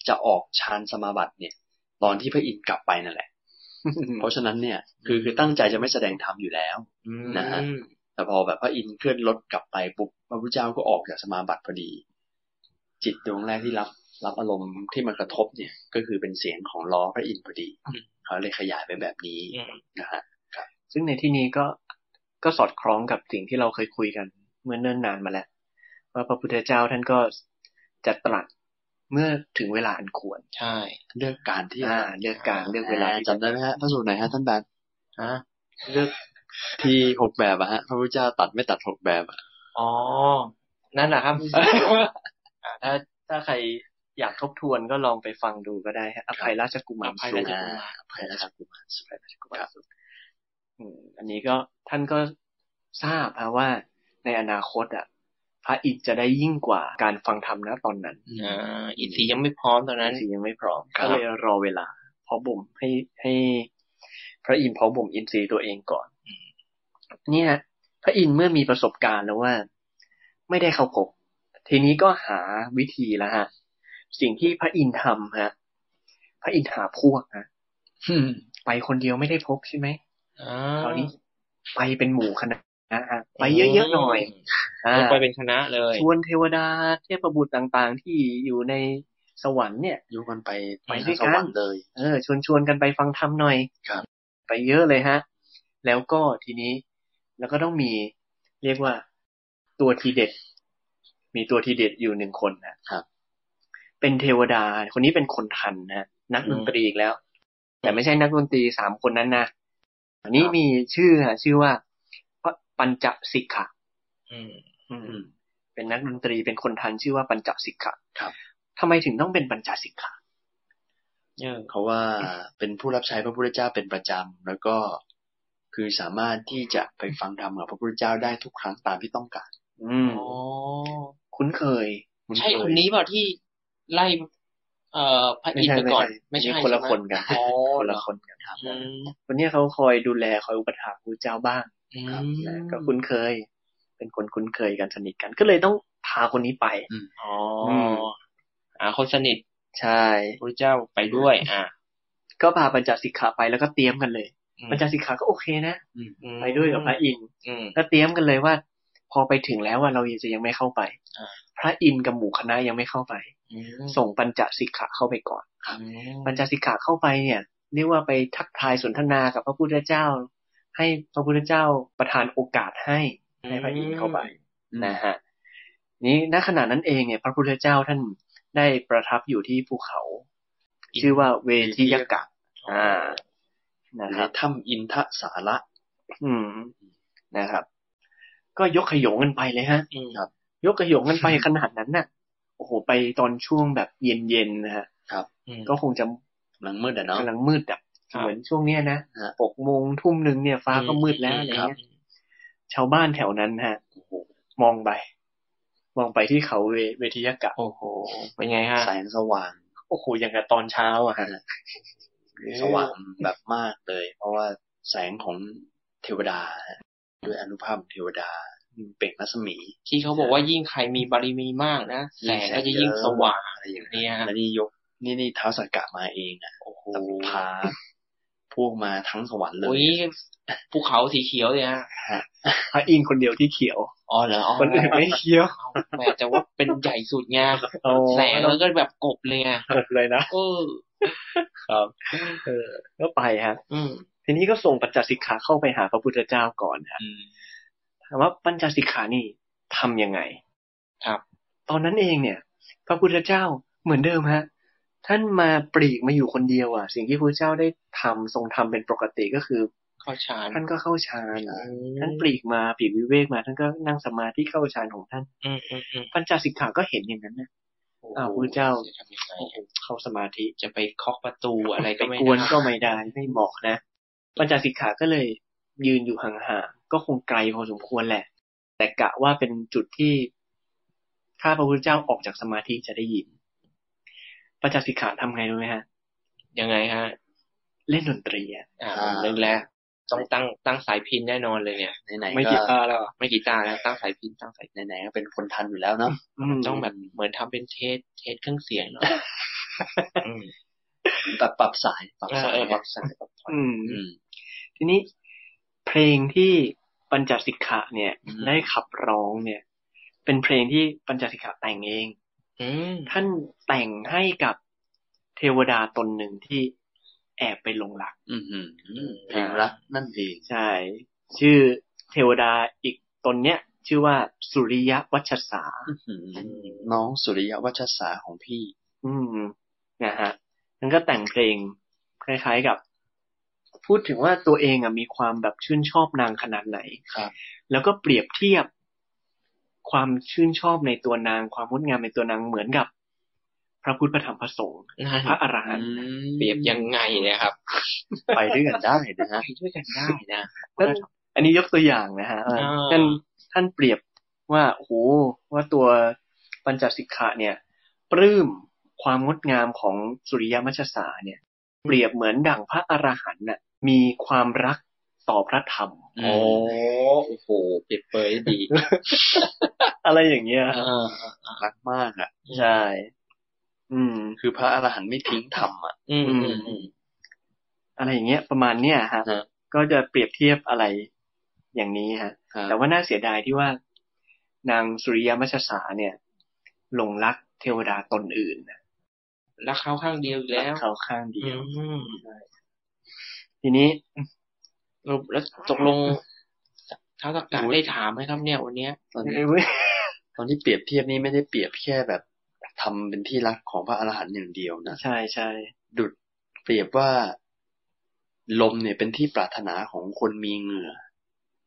S3: จะออกฌานสมาบัติเนี่ย ตอนที่พระอินทร์กลับไป นั่นแหละ เพราะฉะนั้นเนี่ยคือคือตั้งใจจะไม่แสดงธรรมอยู่แล้ว
S4: อืม
S3: นะฮะ แต่พอแบบพระอินทร์เคลื่อนรถกลับไปปุ๊บพระพุทธเจ้าก็ออกจากสมาบัติพอดี จิตดวงแรกที่รับ รับอารมณ์ที่มันกระทบเนี่ย ก็คือเป็นเสียงของล้อพระอินทร์พอดีเขาเลยขยายไปแบบนี้
S4: อืม
S3: นะฮะ
S1: ซึ่งในที่นี้ก็ก็สอดคล้องกับสิ่งที่เราเคยคุยกัน เมื่อเนิ่นนานมาแล้ว ว่าพระพุทธเจ้าท่านก็จะตรัสเมื่อถึงเวลาอันควร
S4: ใช่
S3: เลือกการที่
S1: อ่าเลือกการเลือกเวลาที่
S3: จำได้ไหมฮะพระสูตรไหนฮะท่านแบน
S4: ฮะ
S3: เลือกที่หกแบบอะฮะพระพุทธเจ้าตัดไม่ตัดหกแบบอะ
S4: อ๋อ นั่นแหละครับ
S1: ถ้าถ้าใครอยากทบทวนก็ลองไปฟังดูก็ได้ฮะอภัยราชกุมาร
S4: อภัย
S1: สู
S4: รา
S1: ตร
S4: ช
S1: นะ
S3: กุมาร ใครนะครั
S1: อ
S3: บ
S1: ภัยราชกุมารสูตรอืมอันนี้ก็ท่านก็ ทราบนะว่าในอนาคตอ่ะ พระอินทร์จะได้ยิ่งกว่าการฟังธรรมนะตอนนั้น
S4: อ่าอินทรีย์ยังไม่พร้อมตอนนั้น
S1: สิยังไม่พร้อม
S4: ครั
S1: ก็
S4: บ
S1: เลยรอเวลาเพาะบ่มให้ให้พระอินทร์เพาะบ่มอินทรีย์ตัวเองก่อนเนี่ยพระอินทร์เมื่อมีประสบการณ์แล้วว่า ไม่ได้เข้าพบทีนี้ก็หาวิธีแล้วฮะ สิ่งที่พระอินทร์ทำฮะ พระอินทร์หาพวกฮะไปคนเดียวไม่ได้พบใช่ไหม
S4: อ่า
S1: คราวนี้ไปเป็นหมู่คณะนะฮะไปเยอะๆหน่อยอ่า
S4: ลงไปเป็นคณะเลย
S1: ชวนเทวดาเทพบุตรต่างๆ ที่อยู่ในสวรรค์เนี่ย
S3: ยุกันไป
S1: ไปด้
S3: ด้
S1: ว
S3: วย ย
S1: กัน
S3: กันเลย
S1: เออชวนชวนๆกันไปฟังธรรมหน่อย
S3: ครับ
S1: ไปเยอะเลยฮะ แล้วก็ทีนี้ แล้วก็ต้องมีเรียกว่าตัวทีเด็ด มีตัวทีเด็ดอยู่หนึ่งคนนะครับ เป็นเทวดา คนนี้เป็นคนทันนะนักดนตรีอีกแล้ว แต่ไม่ใช่นักดนตรีสามคนนั้นนะอันนี้มีชื่อฮะชื่อว่าพระปัญจสิกขะ
S4: อืม
S1: อืมเป็นนักดนตรีเป็นคนทันชื่อว่าปัญจสิกขะ
S3: ครับ
S1: ทำไมถึงต้องเป็นปัญจสิกขะ
S3: เขาว่าเป็นผู้รับใช้พระพุทธเจ้าเป็นประจำแล้วก็คือสามารถที่จะไปฟังธรรมกับพระพุทธเจ้าได้ทุกครั้งตามที่ต้องการ
S1: อืม
S4: อ๋อ
S1: คุ้นเคย
S4: ใช่คนนี้เปล่าที่ไล่ เอ่อพระอินทร์ไปก่อน
S1: ไม่
S4: ไม่
S1: ใช่
S4: ใช่
S1: คนละ
S4: ใช่ไหม
S1: คนกัน
S4: อ๋อ
S1: คน
S4: เหร
S1: ละ
S4: อ
S1: คนกันครับ
S4: อืม
S1: คนเนี้ยเขาคอยดูแลคอยอุปถัมภ์พระเจ้าบ้าง
S4: อื
S1: ค
S4: ม
S1: รับนะก็คุ้นเคย เป็นคนคุ้นเคยกันสนิทกัน ก็เลยต้องพาคนนี้ไป
S4: อ๋ออ
S1: ม
S4: อ่าคนสนิท
S1: ใช่
S4: พระเจ้าไปด้วย อ่า
S1: ก็พาปัญจสิกขาไปแล้วก็เตรียมกันเลย ปัญจสิกขาก็โอเคนะ
S4: อืม
S1: ไปด้วยกับพระอินทร์
S4: อืม
S1: ก็เตรียมกันเลยว่า พอไปถึงแล้วว่าเราจะยังไม่เข้าไป
S4: อ่า
S1: พระอินทร์กับหมู่คณะยังไม่เข้าไป
S4: อืม
S1: ส่งปัญจสิกขาเข้าไปก่อน ปัญจสิกขาเข้าไปเนี่ยเรียกว่าไปทักทายสนทนากับพระพุทธเจ้า ให้พระพุทธเจ้าประทานโอกาสให้ให้พระอินทร์เข้าไปนะฮะนี้ณขณะนั้นเองเนี่ย พระพุทธเจ้าท่านได้ประทับอยู่ที่ภูเขา ชื่อว่าเวทิยกะอ่านะ
S3: ใน
S1: ครับ
S3: ถ้ำอินทสาระ
S1: อืมนะครับ ก็ยกขยงกันไปเลยฮะ
S4: อืม
S1: ยกขยงกันไป ขนาดนั้นน่ะ โอ้โห ไปตอนช่วงแบบเย็นๆนะฮะ
S4: อืม
S1: ก็คงจะ
S3: หลังมืดอะเนาะ
S1: กำลังมืดอ่ะ
S4: ครับ
S1: เหมือนช่วงเนี้ยนะ
S3: ฮะ
S1: หกโมงทุ่มหนึ่งเนี่ยฟ้าก็
S4: อืม
S1: มืดแล้ว
S4: อืม
S1: อะไร
S4: ครับ
S1: เงี้ย ชาวบ้านแถวนั้นฮะมองไป มองไปที่เขาเวเวทียกะ
S4: โอ้โห เป็นไงฮะ
S3: แสงสว่าง
S1: โอ้โหอย่างกับตอนเช้าอะฮะ
S3: สว่างแบบมากเลย เพราะว่าแสงของเทวดา ด้วยอนุภาพของเทวดาเปล่งรัศมี
S4: ที่เขาบอกว่ายิ่งใครมีบารมีมากนะแสงก็จะยิ่งสว่าง
S3: อะไรอย่างเงี้ย
S4: เนี่ย
S3: แล้วนี่ยก นี่นี่เท้าสักกะมาเองอ่ะ
S4: โอ้โห
S3: แต่พาพวกมาทั้งสวรรค์เล
S4: โอ้
S3: ย
S4: ยภูเขาสีเขียวเลยฮะ
S1: พระอินทร์คนเดียวที่เขียว
S4: อ๋อเหรออ๋อ
S1: คนอื่นไม่เขียว
S4: แหม่แต่ว่าเป็นใหญ่สุดไง
S1: เอา
S4: แสงมันก็แบบกบเลยอะ
S1: เลยนะ
S4: เออ
S1: ครับเออก็ไปฮะ
S4: อืม
S1: ทีนี้ก็ส่งปัญจสิกขาเข้าไปหาพระพุทธเจ้าก่อนฮะ
S4: อืม
S1: ถามว่าปัญจสิกขานี่ทำยังไง
S4: ครับ
S1: ตอนนั้นเองเนี่ย พระพุทธเจ้าเหมือนเดิมฮะ ท่านมาปลีกมาอยู่คนเดียวอ่ะ สิ่งที่พระเจ้าได้ทำทรงทำเป็นปกติก็คือ
S4: เข้าฌาน
S1: ท่านก็เข้าฌาน
S4: อืม
S1: ท่านปลีกมาปลีกวิเวกมา ท่านก็นั่งสมาธิเข้าฌานของท่าน
S4: อืมอืมอืม
S1: ปัญจสิกขาก็เห็นอย่างนั้นนะ อ้าวพระเจ้า
S4: จะทำยังไงอะ
S1: เข้าสมาธิ
S4: จะไปเคาะประตูอะไร
S1: ไป
S4: ก็ไม่
S1: กวน
S4: ได้
S1: ก็ไม่ได้ไม่เหมาะนะปัญจสิกขาก็เลยยืนอยู่ห่างๆก็คงไกลพอสมควรแหละ แต่กะว่าเป็นจุดที่ถ้าพระพุทธเจ้าออกจากสมาธิจะได้ยินปัญจสิกขาทำไงรู้ไหมฮะ
S4: ยังไงฮะ
S1: เล่นดนตรีอะ
S4: อ่าผมนึกแล้วต้องตั้งตั้งสายพินแน่นอนเลยเนี่ย
S3: ไหน
S1: ไม่
S3: ๆ
S1: กี
S3: ก็
S1: ตาร์แล้วอะ
S4: ไม่กีตาร์แล้วตั้งสายพินตั้งสายพิณ
S3: ไหนๆก็เป็นคนทันอยู่แล้วเนาะ
S1: ม
S4: ต้องแบบเหมือนทำเป็นเทสเทสเครื่องเสียงเนาะอืม
S3: ปรับปรับสายปรับ
S4: เออ
S3: สาย
S4: เออปรับสายปรับพอร์ต
S1: อืม
S3: อืม
S1: ทีนี้เพลงที่ปัญจสิกขาเนี่ย
S4: อืม
S1: ได้ขับร้องเนี่ย เป็นเพลงที่ปัญจสิกขาแต่งเอง
S4: อืม
S1: ท่านแต่งให้กับเทวดาตนหนึ่งที่แอบไปหลงรัก
S3: อืมอืมอืมเพลงรักนั่นเอง
S1: ใช่ ชื่อเทวดาอีกตนเนี้ย ชื่อว่าสุริยวัชสา
S3: อืมน้องสุริยวัชสาของพี่
S1: อืมนะฮะมันก็แต่งเพลงคล้ายๆกับ พูดถึงว่าตัวเองอะมีความแบบชื่นชอบนางขนาดไหน
S3: ครับ
S1: แล้วก็เปรียบเทียบความชื่นชอบในตัวนาง ความงดงามในตัวนางเหมือนกับ พระพุทธพระธรรมพระสงฆ์
S4: นั่น
S1: พระอรหันต์
S4: เปรียบยังไงเนะครับ
S3: ไปด้วยกันได้นะฮะ
S4: ไปด้วยกันได้นะ
S1: แล้ว อันนี้ยกตัวอย่างนะฮะ
S4: อ่า
S1: ท่านท่านเปรียบว่าโอ้โหว่าตัวปัญจสิกขาเนี่ย ปลื้มความงดงามของสุริยมัชสาเนี่ย เปรียบเหมือนดั่งพระอรหันต์น่ะมีความรักต่อพระธรรม
S4: โอ้โอ้โหเปรียบเปรยดี
S1: อะไรอย่างเงี้ย
S4: เออ
S3: รักมากอ่ะ
S1: ใช่ อืม
S3: คือพระอรหันต์ไม่ทิ้งธรรมอ่ะ
S4: อืมอืมอืม
S1: อะไรอย่างเงี้ยประมาณเนี้ยฮะ
S3: ฮะ
S1: ก็จะเปรียบเทียบอะไรอย่างนี้ฮะ
S3: ครับ
S1: แต่ว่าน่าเสียดายที่ว่า นางสุริยมัชสาเนี่ยหลงรักเทวดาตนอื่นนะ
S4: รักเขาข้างเดียวอีกแล้ว
S1: รักเขาข้างเดี
S4: อื
S1: ยว
S4: ม
S1: ทีนี้
S4: แล้วแล้วตกลงท้าวตักกะได้ถามไหมครับเนี่ยวันเนี้ย
S3: ตอนนี้ตอนที่เปรียบเทียบนี้ไม่ได้เปรียบแค่แบบทำเป็นที่รักของพระอรหันต์อย่างเดียวนะ
S1: ใช่ใช่
S3: ดุดเปรียบว่าลมเนี่ยเป็นที่ปรารถนาของคนมีเหงื่อ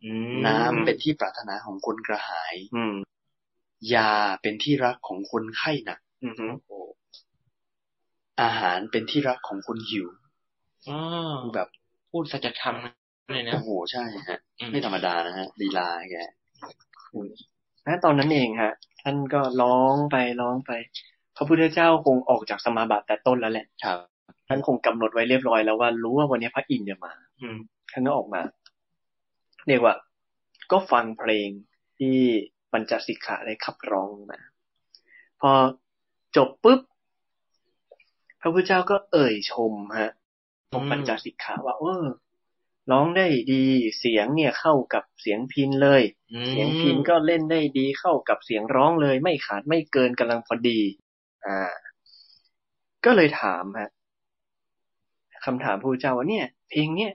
S4: อื
S3: อ
S4: ม
S3: น้ำเป็นที่ปรารถนาของคนกระหาย
S1: อืม
S3: ยาเป็นที่รักของคนไข้หนัก
S1: อือฮึ
S3: อาหารเป็นที่รักของคนหิว
S4: อ้าว
S3: คือแบบ
S4: พูดสัจธรรมเลยนะ
S3: โอ้โหใช่ฮะ
S4: อื
S3: ไม่ธรรมดานะฮะลีลาแก
S1: ณตอนนั้นเองฮะ ท่านก็ร้องไปร้องไป พระพุทธเจ้าคงออกจากสมาบัติแต่ต้นแล้วแหละ
S3: ครับ
S1: ท่านคงกำหนดไว้เรียบร้อยแล้วว่ารู้ว่าวันนี้พระอินทร์จะมา
S4: อืม
S1: ท่านก็ออกมา เรียกว่า ก็ฟังเพลงที่ปัญจสิกขาได้ขับร้องมา พอจบปุ๊บ พระพุทธเจ้าก็เอ่ยชมฮะชมปัญจสิกขาว่า เออร้องได้ดีเสียงเนี่ยเข้ากับเสียงพินเลย
S4: อืม
S1: เสียงพินก็เล่นได้ดีเข้ากับเสียงร้องเลย ไม่ขาดไม่เกินกำลังพอดี อ่า ก็เลยถามฮะคำถามพระพุทธเจ้าว่าเนี่ย เพลงเนี่ย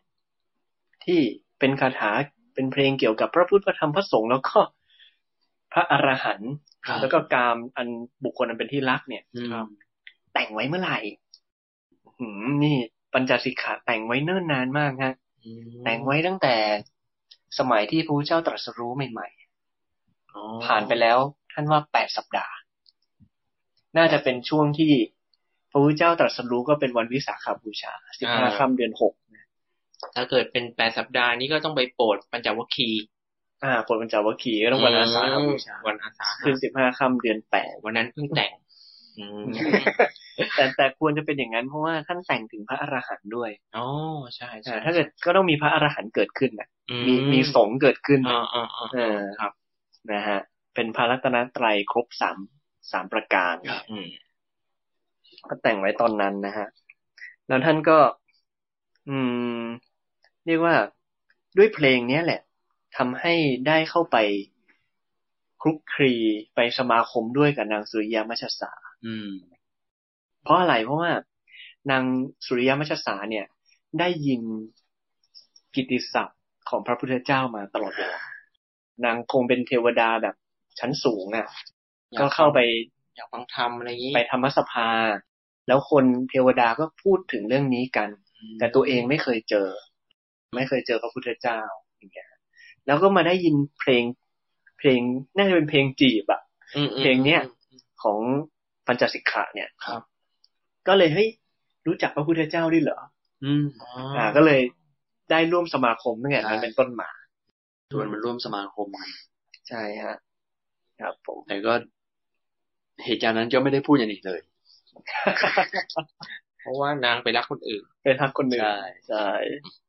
S1: ที่เป็นคาถาเป็นเพลงเกี่ยวกับพระพุทธพระธรรมพระสงฆ์แล้วก็พระอรหันต์
S3: ครับ
S1: แล้วก็กามอันบุคคลอันเป็นที่รักเนี่ย
S3: อืม
S1: แต่งไว้เมื่อไหร่หืมนี่ปัญจสิกขาแต่งไว้เนิ่นนานมากฮะ
S4: อืม
S1: แต่งไว้ตั้งแต่สมัยที่พระพุทธเจ้าตรัสรู้ใหม่ๆ
S4: อ๋อ
S1: ผ่านไปแล้วท่านว่าแปดสัปดาห์ น่าจะเป็นช่วงที่พระพุทธเจ้าตรัสรู้ก็เป็นวันวิสาขบูชาสิบห้าค่ำเดือนหก
S4: ถ้าเกิดเป็นแปดสัปดาห์นี้ก็ต้องไปโปรดปัญจวัคคีย์
S1: อ่าปวดบรรจาวคีก็ต้องวันอาสาฬหบูชา
S4: วันอาสาฬ
S1: ขึ้นสิบห้าค่ำเดือนแปด
S4: วันนั้นเพิ่งแต่ง อืม
S1: แต่แต่ควรจะเป็นอย่างนั้นเพราะว่าท่านแต่งถึงพระอรหันต์ด้วย
S4: อ๋อใช่ใช่
S1: อ่าถ้าเกิดก็ต้องมีพระอรหันต์เกิดขึ้นนะ
S4: อื
S1: มีมีสงฆ์เกิดขึ้น
S4: อ่าอ่าอ่า
S1: เออ
S4: ครับ
S1: นะฮะ เป็นพระรัตนตรัยครบสามสามประการ
S4: อืม
S1: ก็แต่งไว้ตอนนั้นนะฮะ แล้วท่านก็ อืม เรียกว่าด้วยเพลงเนี้ยแหละทำให้ได้เข้าไปคลุกคลีไปสมาคมด้วยกับนางสุริยามัชสา
S3: อืม
S1: เพราะอะไรเพราะว่านางสุริยมัชสาเนี่ย ได้ยินกิตติศัพท์ของพระพุทธเจ้ามาตลอดเวลานางคงเป็นเทวดาแบบชั้นสูงอะ่ะ ก็เข้าไป
S4: อยากฟังธรรมอะไรอย่างนี้
S1: ไปธรรมสภา แล้วคนเทวดาก็พูดถึงเรื่องนี้กัน แต่ตัวเองไม่เคยเจอ ไม่เคยเจอพระพุทธเจ้าอย่างเงี้ยแล้วก็มาได้ยินเพลง เพลงน่าจะเป็นเพลงจีบอะ
S4: อืมอืม
S1: เพลงเนี้ย ของปัญจสิกขาเนี่ย
S4: ครับ
S1: ก็เลยเฮ้ยรู้จักพระพุทธเจ้าด้วยเหรอ
S3: อืม
S4: อ๋อ
S1: อ่า ก็เลยได้ร่วมสมาคมตั้งแต่นั้นเป็นต้นมา
S3: ชวนมาร่วมสมาคมกัน
S1: ใช่ฮะครับผม
S3: แต่ก็ เหตุการณ์นั้นก็ไม่ได้พูดอย่างนี้เลย
S4: เพราะว่านางไปรักคนอื่น
S1: เป็นทักคนหนึ่ง
S3: ใช่
S1: ใช่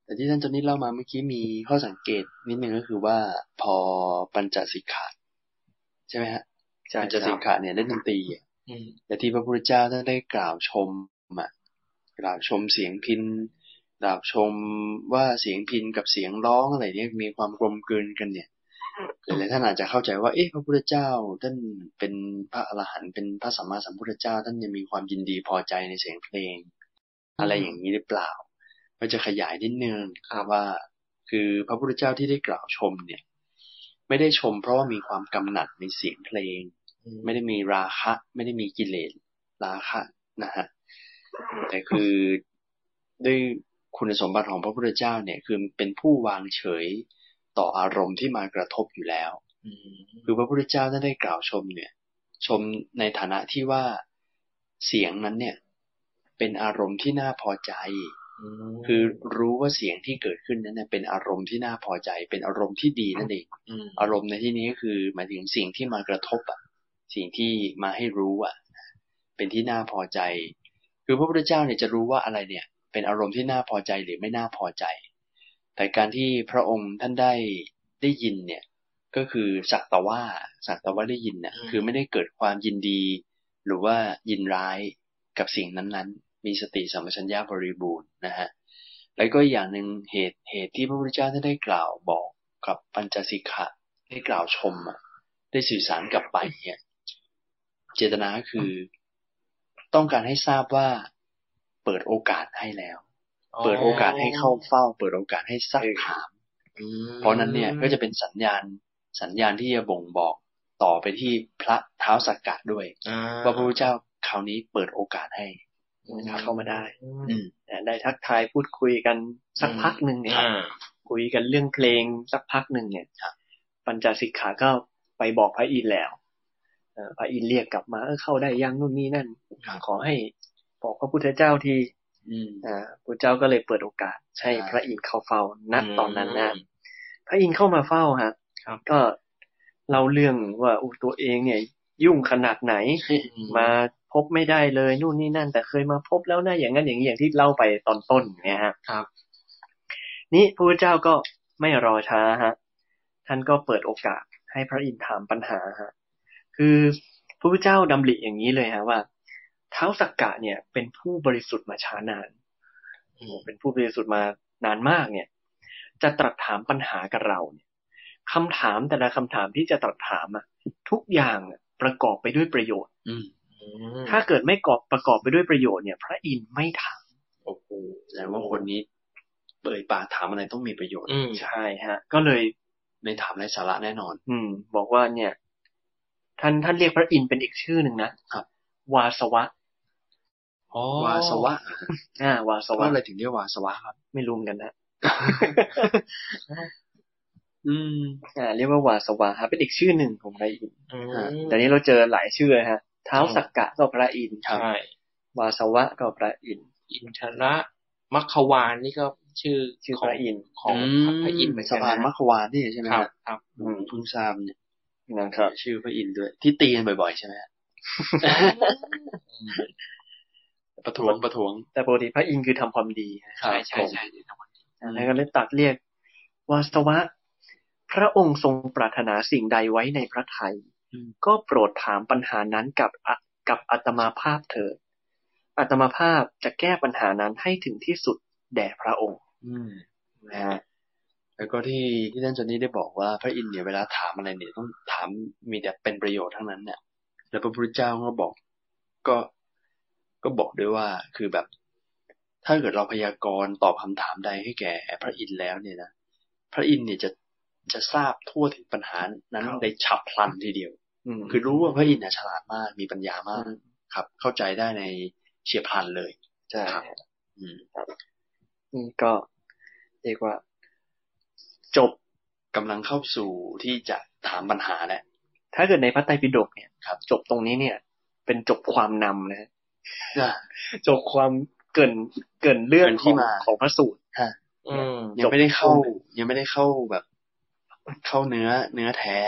S3: แต่ที่ท่านจอนนี่เล่ามาเมื่อกี้มีข้อสังเกตนิดนึงก็คือว่าพอปัญจสิกขาใช่ไหมฮะ
S1: ใช่
S3: ปัญจสิกขาเนี่ยได้ดนตรีอะ
S4: อืม
S3: แต่ที่พระพุทธเจ้าท่านได้กล่าวชมอ่ะกล่าวชมเสียงพินกล่าวชมว่าเสียงพินกับเสียงร้องอะไรเนี่ยมีความกลมกลืนกันเนี่ยหลายๆท่านอาจจะเข้าใจว่าเอ๊ะพระพุทธเจ้าท่านเป็นพระอรหันต์เป็นพระสัมมาสัมพุทธเจ้า ท่านยังมีความยินดีพอใจในเสียงเพลง อะไรอย่างนี้หรือเปล่า ก็จะขยายนิดนึงครับว่า คือพระพุทธเจ้าที่ได้กล่าวชมเนี่ย ไม่ได้ชมเพราะว่ามีความกำหนัดในเสียงเพลง
S4: อืม
S3: ไม่ได้มีราคะ ไม่ได้มีกิเลสราคะนะฮะแต่คือด้วยคุณสมบัติของพระพุทธเจ้าเนี่ย คือเป็นผู้วางเฉยต่ออารมณ์ที่มากระทบอยู่แล้ว
S4: อืม
S3: คือพระพุทธเจ้าท่านได้กล่าวชมเนี่ย ชมในฐานะที่ว่าเสียงนั้นเนี่ย เป็นอารมณ์ที่น่าพอใจ
S4: อ
S3: คือรู้ว่าเสียงที่เกิดขึ้นนั้นนะเป็นอารมณ์ที่น่าพอใจ เป็นอารมณ์ที่ดีนั่นเอง
S5: ม
S3: อารมณ์ในที่นี้ก็คือหมายถึงสิ่งที่มากระทบอ่ะ สิ่งที่มาให้รู้อ่ะ เป็นที่น่าพอใจ คือพระพุทธเจ้าเนี่ยจะรู้ว่าอะไรเนี่ย เป็นอารมณ์ที่น่าพอใจหรือไม่น่าพอใจ แต่การที่พระองค์ท่านได้ได้ยินเนี่ย ก็คือสักแต่ว่าสักแต่ว่าได้ยินน่ะ คือไม่ได้เกิดความยินดี หรือว่ายินร้ายกับสิ่งนั้นๆ มีสติสัมปชัญญะบริบูรณ์นะฮะ แล้วก็อีกอย่างหนึ่งเหตุเหตุที่พระพุทธเจ้าท่านได้กล่าวบอกกับปัญจสิกขะ ได้กล่าวชมอะได้สื่อสารกลับไปเนี่ย เจตนาก็คือ ต้องการให้ทราบว่า เปิดโอกาสให้แล้ว เปิดโอกาสให้เข้าเฝ้า เปิดโอกาสให้ซักถาม เพราะนั้นเนี่ยก็จะเป็นสัญญาณสัญญาณที่จะบ่งบอกต่อไปที่พระเท้าสักกะด้วย
S4: อ่
S3: ว่าพระพุทธเจ้าคราวนี้เปิดโอกาสให้
S1: เข้ามาได้
S3: อืม
S1: นะได้ทักทายพูดคุยกันสักพักหนึ่งเนี่ย
S4: อ่า
S1: คุยกันเรื่องเพลงสักพักหนึ่งเนี่ย
S3: ครับ
S1: ปัญจสิกขาก็ไปบอกพระอินทร์แล้วเอ่อพระอินทร์เรียกกลับมาเออเข้าได้ยังนู่นนี่นั่น ขอให้บอกพระพุทธเจ้าที
S3: อืม
S1: อ่าพระเจ้าก็เลยเปิดโอกาส ให้พระอินทร์เข้าเฝ้าณ
S4: อืม
S1: ตอนนั้นนะพระอินทร์เข้ามาเฝ้าฮะ
S4: ครับ
S1: ก็เล่าเรื่องว่าอู้ตัวเองเนี่ย ยุ่งขนาดไหน มาพบไม่ได้เลยนู่นนี่นั่น แต่เคยมาพบแล้วนะอย่างนั้นอย่างนี้อย่างที่เล่าไปตอนต้นเนี่ยฮะ
S4: ครับ
S1: นี่พระพุทธเจ้าก็ไม่รอช้าฮะ ท่านก็เปิดโอกาสให้พระอินทร์ถามปัญหาฮะคือพระพุทธเจ้าดำริอย่างนี้เลยฮะว่าเท้าวสักกะเนี่ย เป็นผู้บริสุทธิ์มาช้านาน
S4: อืม
S1: เป็นผู้บริสุทธิ์มานานมากเนี่ย จะตรัสถามปัญหากับเราเนี่ยคำถามแต่ละคำถามที่จะตรัสถามอะทุกอย่างอะประกอบไปด้วยประโยชน์
S3: อืม
S1: ถ้าเกิดไม่กอบประกอบไปด้วยประโยชน์เนี่ย พระอินทร์ไม่ถาม
S3: โอ้โหแสดงว่าคนนี้เปิดปากถามอะไรต้องมีประโยชน์
S4: อืม
S1: ใช่ฮะ ก็เลย
S3: ไม่ถามไร้สาระแน่นอน
S1: อืม บอกว่าเนี่ย ท่านท่านเรียกพระอินทร์เป็นอีกชื่อหนึ่งนะครับ วาสวะ
S4: อ๋อ
S3: วาสวะ
S1: อ่าวาส
S3: เพราะ
S1: วะ
S3: อะไรถึงเรียกวาสวะครับ
S1: ไม่รู้เหมือนกันนะ
S3: อืม
S1: อ่า เรียกว่าวาสวะฮะเป็นอีกชื่อหนึ่งของพระอินทร์
S4: อืม
S1: แต่นี้เราเจอหลายชื่อฮะเท้าสักกะก็พระอินทร์
S4: ใช่
S1: วาสวะก็พระอินทร์
S4: อินทระมัคควานนี่ก็ชื่อ
S1: ชื่อ
S4: ข
S1: พ
S4: อง
S1: ระอินทร์
S4: ของพระอินทร์เหมือนกั
S3: สะพานมัคควานนี่ใช่ไหม
S4: ครับ
S3: ฮะ
S4: ครับ
S3: อืมเพุ่งทราบเนี่ย
S1: นะครับ
S3: ชื่อพระอินทร์ด้วย ที่ตีกันบ่อยๆใช่ไหมฮะประท้วงประท้วง
S1: แต่ปกติพระอินทร์คือทำความดีฮะ
S4: ใช่ใช่ใช่
S1: แล้วก็เลยตรัดเรียกวาสวะ พระองค์ทรงปรารถนาสิ่งใดไว้ในพระทัยก็โปรดถามปัญหานั้นกับอะกับอัตมาภาพเถิดอัตมาภาพจะแก้ปัญหานั้นให้ถึงที่สุดแด่พระองค์
S3: อืม
S1: นะฮะ
S3: แล้วก็ที่ที่ท่านจอนนี่ได้บอกว่าพระอินทร์เนี่ยเวลาถามอะไรเนี่ยต้องถามมีแต่เป็นประโยชน์ทั้งนั้นเนี่ยแล้วพระพุทธเจ้าก็บอก ก็ก็บอกด้วยว่าคือแบบ ถ้าเกิดเราพยากรณ์ตอบคำถามใดให้แก่ พระอินทร์แล้วเนี่ยนะพระอินทร์เนี่ยจะจะทราบทั่วถึงปัญหานั้นได้ฉับพลันทีเดียว
S1: อืม
S3: คือรู้ว่าพระอินทร์เนี่ยฉลาดมากมีปัญญามากครับ เข้าใจได้ในเฉียบพลันเลย
S1: ใช่
S3: ครับ อืม
S1: นี่ก็เรียกว่า
S3: จบกำลังเข้าสู่ที่จะถามปัญหาแหละ
S1: ถ้าเกิดในพระไตรปิฎกเนี่ย
S3: ครับ
S1: จบตรงนี้เนี่ย เป็นจบความนำนะฮะ
S3: อ่ะ
S1: จบความเกินเกินเรื่อง
S3: เกินที่
S1: ของ
S3: มา
S1: ของพระสูตร
S4: อืม
S3: ยังไม่ได้เข้า ยังไม่ได้เข้าแบบ เข้าเนื้อเนื้อแท้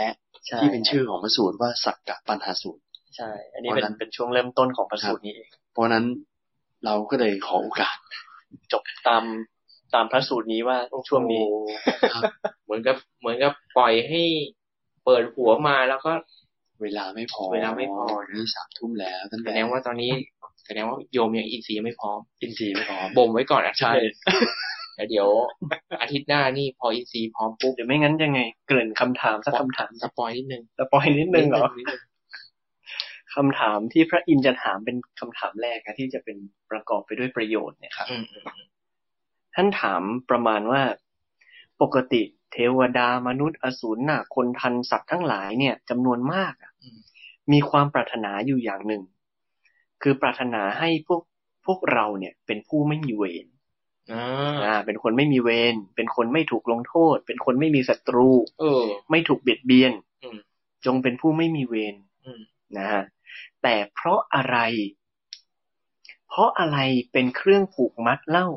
S1: ใช่
S3: ที่เป็นชื่อของพระสูตรว่าสักกะปัญหาสูตร
S1: ใช่ อันนี้เป็น
S3: เพราะฉะนั้น
S1: เป็นช่วงเริ่มต้นของพระสูตรนี้เอง
S3: เพราะฉะนั้นเราก็เลยขอโอกาส
S1: จบตามตามพระสูตรนี้ว่าช่วงนี้
S4: โอ้เหมือนกับเหมือนกับปล่อยให้เปิดหัวมาแล้วก็
S3: เวลาไม่พอ
S4: เวลาไม่พอ
S3: นี่สามทุ่มแล้วตั้ง
S4: แส
S3: แต่
S4: ดงว่าตอนนี้แสดงว่าโยมยังอินทรีย์ยังไม่พร้อม
S3: อินทรีย์ไม่พอ
S4: บ่มไว้ก่อนอะ
S3: ใช่
S4: แล้วเดี๋ยว อาทิตย์หน้านี่พออินทรีย์พร้อมปุ๊บ
S1: หรือไม่งั้นยังไง เกริ่นคำถามสักคำถาม
S4: สปอยนิดนึง
S1: สปอยนิดนึงเหรอ
S4: นิดนึง
S1: คำถามที่พระอินทร์จะถามเป็นคำถามแรกนะที่จะเป็นประกอบไปด้วยประโยชน์เนี่ยครับ
S4: อืม
S1: ท่านถามประมาณว่าปกติเทวดามนุษย์อสูรนาคคนทันสัตว์ทั้งหลายเนี่ยจำนวนมากอะมีความปรารถนาอยู่อย่างหนึ่ง คือปรารถนาให้พวกพวกเราเนี่ยเป็นผู้ไม่มีเวร
S4: อ่า
S1: อ่าเป็นคนไม่มีเวร เป็นคนไม่ถูกลงโทษ เป็นคนไม่มีศัตรู
S4: เออ
S1: ไม่ถูกเบียดเบียน
S4: อืม
S1: จงเป็นผู้ไม่มีเวร
S4: อืม
S1: นะฮะ แต่เพราะอะไร เพราะอะไรเป็นเครื่องผูกมัดเล่า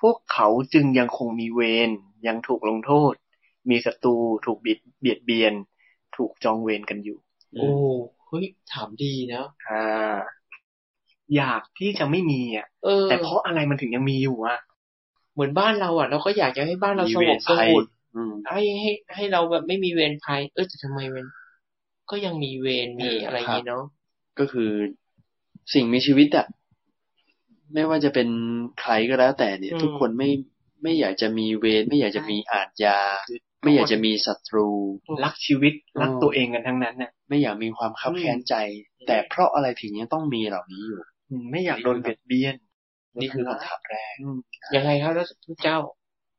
S1: พวกเขาจึงยังคงมีเวรยังถูกลงโทษ มีศัตรูถูกเบียดเบียดเบียน ถูกจองเวรกันอยู่
S5: โอ้เฮ้ยถามดีนะ
S1: อ่า อยากที่จะไม่มีอ่ะ
S5: เออ
S1: แต่เพราะอะไรมันถึงยังมีอยู่อ่ะ
S5: เหมือนบ้านเราอ่ะเราก็อยากจะให้บ้านเรา
S3: มี
S5: ส
S3: เว
S5: ง
S3: ร
S5: บสงบ
S3: อืม
S5: ให้ให้ให้เราแบบไม่มีเวรภัย เออแต่ทำไมมัน ก็ยังมีเวรมี
S3: เอออ
S5: อะไรอย่างงี้เนาะ
S3: ก็คือสิ่งมีชีวิตอะไม่ว่าจะเป็นใครก็แล้วแต่เนี่ย ทุกคนไม่ไม่อยากจะมีเวรไม่อยากจะมีอาทยา ไม่อยากจะมีศัตรู
S1: รักชีวิต
S3: อืม
S1: รักตัวเองกันทั้งนั้นน่ะ
S3: ไม่อยากมีความคับแค้นใจ แต่เพราะอะไรถึงยังต้องมีเหล่านี้อยู่
S1: อืมไม่อยากโดนเบียดเบียน
S3: นี่คือคำถามแรก
S5: ยังไงครับแล้วพระเจ้า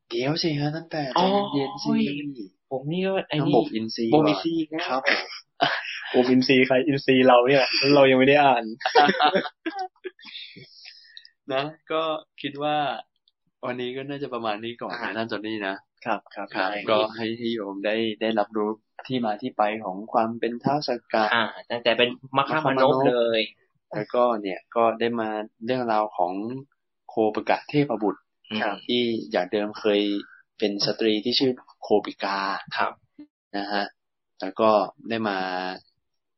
S3: เดี๋ยวสิฮะนั่นแต่
S5: อ๋
S3: ใจ
S5: อ
S3: เย็นๆสิ
S5: ผมนี่ก็ไอ้
S3: ต้อง
S5: นี่
S3: บบอินซีย์
S5: โบ
S3: ก่อน
S5: มิซีอีกแล้ว
S3: ครับผม
S1: โอมอินซีย์ใครอินซีย์เราเนี่ย เรายังไม่ได้อ่าน
S3: นะ ก็คิดว่า วันนี้ก็น่าจะประมาณนี้ก่อนนะท่านจอนนี่นะ
S1: ครับครับ
S3: ครับก็ให้ให้โยมได้ได้รับรู้ที่มาที่ไปของความเป็นท้าวสกกะ
S4: อ่าตั้งแต่เป็นมัคคามานพเลย
S3: แล้วก็เนี่ยก็ได้มาเรื่องราวของโคปกะเทพบุตร
S4: ครับ
S3: ที่อย่างเดิมเคยเป็นสตรีที่ชื่อโคปิกา
S4: ครับ
S3: นะฮะแล้วก็ได้มา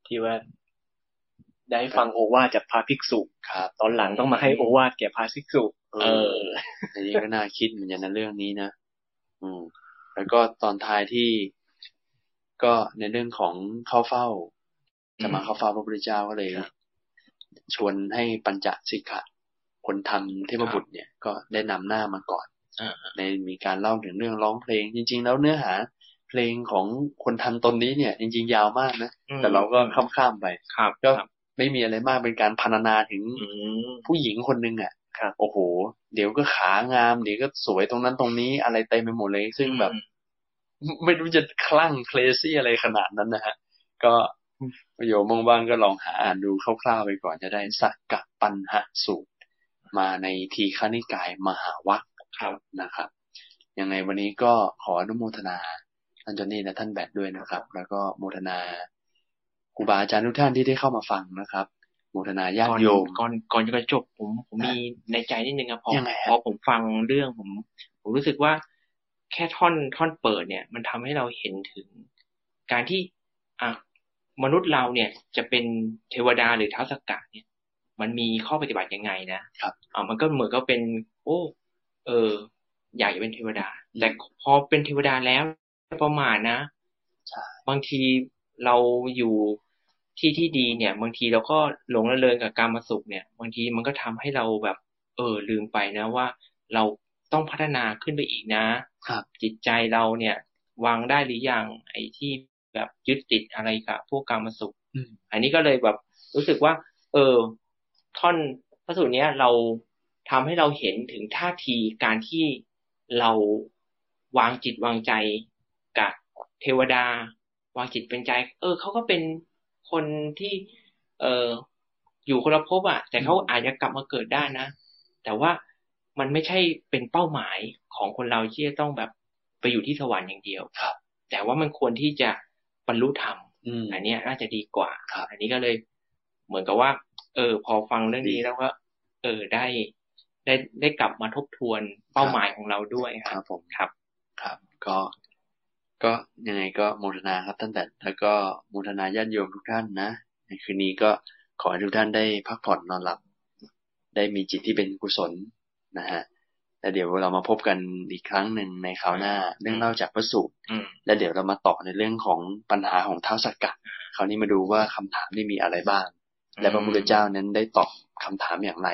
S1: ที่ว่า ได้ฟังโอวาทจากพระภิกษุ
S3: ครับ
S1: ตอนหลังต้องมาให้โอวาทแก่พระภิกษุ
S3: เอออันนี้ก็น่าคิดเหมือนกันนะเรื่องนี้นะอืมแล้วก็ตอนท้ายที่ก็ในเรื่องของเข้าเฝ้า จะมาเข้าเฝ้าพระพุทธเจ้าก็เลย ชวนให้ปัญจสิกขะคนทำเทพบุตรเนี่ยก็ได้นำหน้ามาก่อน
S4: อ่า
S3: ในมีการเล่าถึงเรื่องร้องเพลง จริง ๆ แล้วเนื้อหา เพลงของคนทำตนนี้เนี่ย จริง ๆ ยาวมากนะแต่เราก็ข้ามๆไป
S4: ครับ
S3: ก็
S4: ครับ
S3: ไม่มีอะไรมากเป็นการพรรณนาถึง
S4: อืม
S3: ผู้หญิงคนหนึ่งอ่ะ
S1: ครับ
S3: โอ้โห เดี๋ยวก็ขางาม เดี๋ยวก็สวยตรงนั้นตรงนี้อะไรเต็มไปหมดเลย ซึ่งแบบ ไม่รู้จะคลั่งเคลซี่อะไรขนาดนั้นนะฮะ ก็ประโยชน์บ้างๆก็ลองหาอ่านดูคร่าวๆไปก่อนจะได้สักกะปัญหะสูตร มาในทีฆนิกายมหาวัค
S4: ครับ
S3: นะครับยังไงวันนี้ก็ขออนุโมทนาท่านจอนนี่และท่านแบทด้วยนะครับ แล้วก็โมทนาครูบาอาจารย์ทุกท่านที่ได้เข้ามาฟังนะครับ โมทนาญา
S4: ก่อ
S3: ติ
S4: น
S3: โยม
S4: ก่อนก่อนจะจบผมผมมีในใจนิดนึงครับพอ
S3: ยังไงฮะ
S4: พอผมฟังเรื่องผม ผมรู้สึกว่าแค่ท่อนท่อนเปิดเนี่ย มันทำให้เราเห็นถึง การที่อ่ะมนุษย์เราเนี่ย จะเป็นเทวดาหรือท้าวสักกะเนี่ย มันมีข้อปฏิบัติยังไงนะครับ อ่ะมันก็เหมือนก็เป็น โอ้เออ อยากจะเป็นเทวดา แต่พอเป็นเทวดาแล้วประมาทนะ บางทีเราอยู่ที่ที่ดีเนี่ย บางทีเราก็หลงระเริงกับการมาสุขเนี่ย บางทีมันก็ทำให้เราแบบ เออลืมไปนะว่า เราต้องพัฒนาขึ้นไปอีกนะครับ จิตใจเราเนี่ยวางได้หรือยังไอ้ที่แบบยึดติดอะไรกับพวกการมาสุข
S3: อืม
S4: อันนี้ก็เลยแบบรู้สึกว่า เออ ท่อนพระสูตรเนี้ยเราทำให้เราเห็นถึงท่าทีการที่เราวางจิตวางใจกับเทวดา วางจิตเป็นใจ เออเขาก็เป็นคนที่ เอออยู่คนละภพอ่ะ แต่เขาอาจจะกลับมาเกิดได้นะ แต่ว่ามันไม่ใช่เป็นเป้าหมายของคนเราที่จะต้องแบบไปอยู่ที่สวรรค์อย่างเดียว
S3: ครับ
S4: แต่ว่ามันควรที่จะบรรลุธรรม
S3: อืม
S4: อันเนี้ยน่าจะดีกว่า
S3: ครับ
S4: อันนี้ก็เลย เหมือนกับว่า เออ พอฟังเรื่องนี้
S3: ดี
S4: แล้วก็เออได้ ได้ได้กลับมาทบทวนเป้า
S3: ครับ
S4: หมายของเราด้วยค
S3: ค
S4: รั
S3: รับ บผม
S4: ครับ
S3: ครับ ก็ ก็ยังไงก็โมทนาครับท่านแต่แล้วก็โมทนาญาติโยมทุกท่านนะ ในคืนนี้ก็ขอให้ทุกท่านได้พักผ่อนนอนหลับ ได้มีจิตที่เป็นกุศลนะฮะ แล้วเดี๋ยวเรามาพบกันอีกครั้งหนึ่งในคราวหน้า เรื่องเล่าจากพระสูตร
S4: อืม
S3: และเดี๋ยวเรามาต่อในเรื่องของปัญหาของท้าวสักกะ คราวนี้มาดูว่าคำถามนี่มีอะไรบ้าง และพระพุทธเจ้านั้นได้ตอบคำถามอย่างไร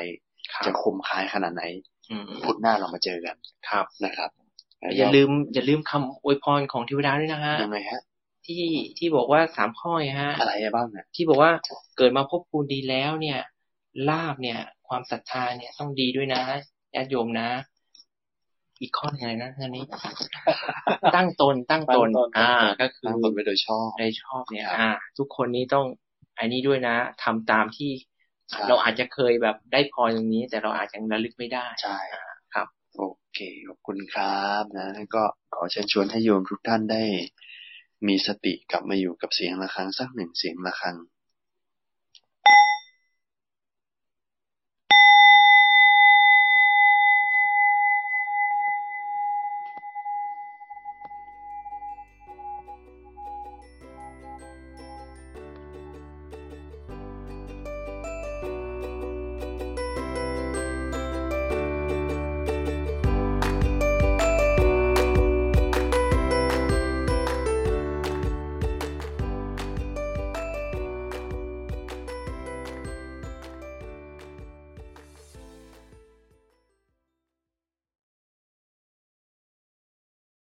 S4: ครับ
S3: จะคมคายขนาดไหน
S4: อืม
S3: พุธหน้าเรามาเจอกัน
S4: ครับ
S3: นะครับแล้วก็
S4: อย่าลืม อย่าลืมคำอวยพรของเทวดาด้วยนะฮะ
S3: ยังไงฮะ
S4: ที่ที่บอกว่าสามข้อไงฮะ
S3: อะไรบ้างเนี่ย
S4: ที่บอกว่าเกิดมาพบภูมิดีแล้วเนี่ยลาบเนี่ย ความศรัทธาเนี่ยต้องดีด้วยนะญาติโยมนะ อีกข้อหนึ่งอะไรนะท่ านนี้ ตั้งตนตั้ง
S1: ตั้
S4: ตน
S1: งตน
S4: อ่า ก็คื
S3: ตั้
S4: อง
S3: ตนไว้โดยชอบ
S4: ในชอบเนี่ย
S3: ครับ
S4: อ่า ทุกคนนี้ต้องอันนี้ด้วยนะทำตามที่เราอาจจะเคยแบบได้พรตรงนี้ แต่เราอาจจะยังระลึกไม่ได้
S3: ใช่
S4: ครับ
S3: โอเค ขอบคุณครับนะแล้วก็ขอเชิญชวนให้โยมทุกท่านได้ มีสติกลับมาอยู่กับเสียงะระฆังสักหนึ่งเสียงะระฆัง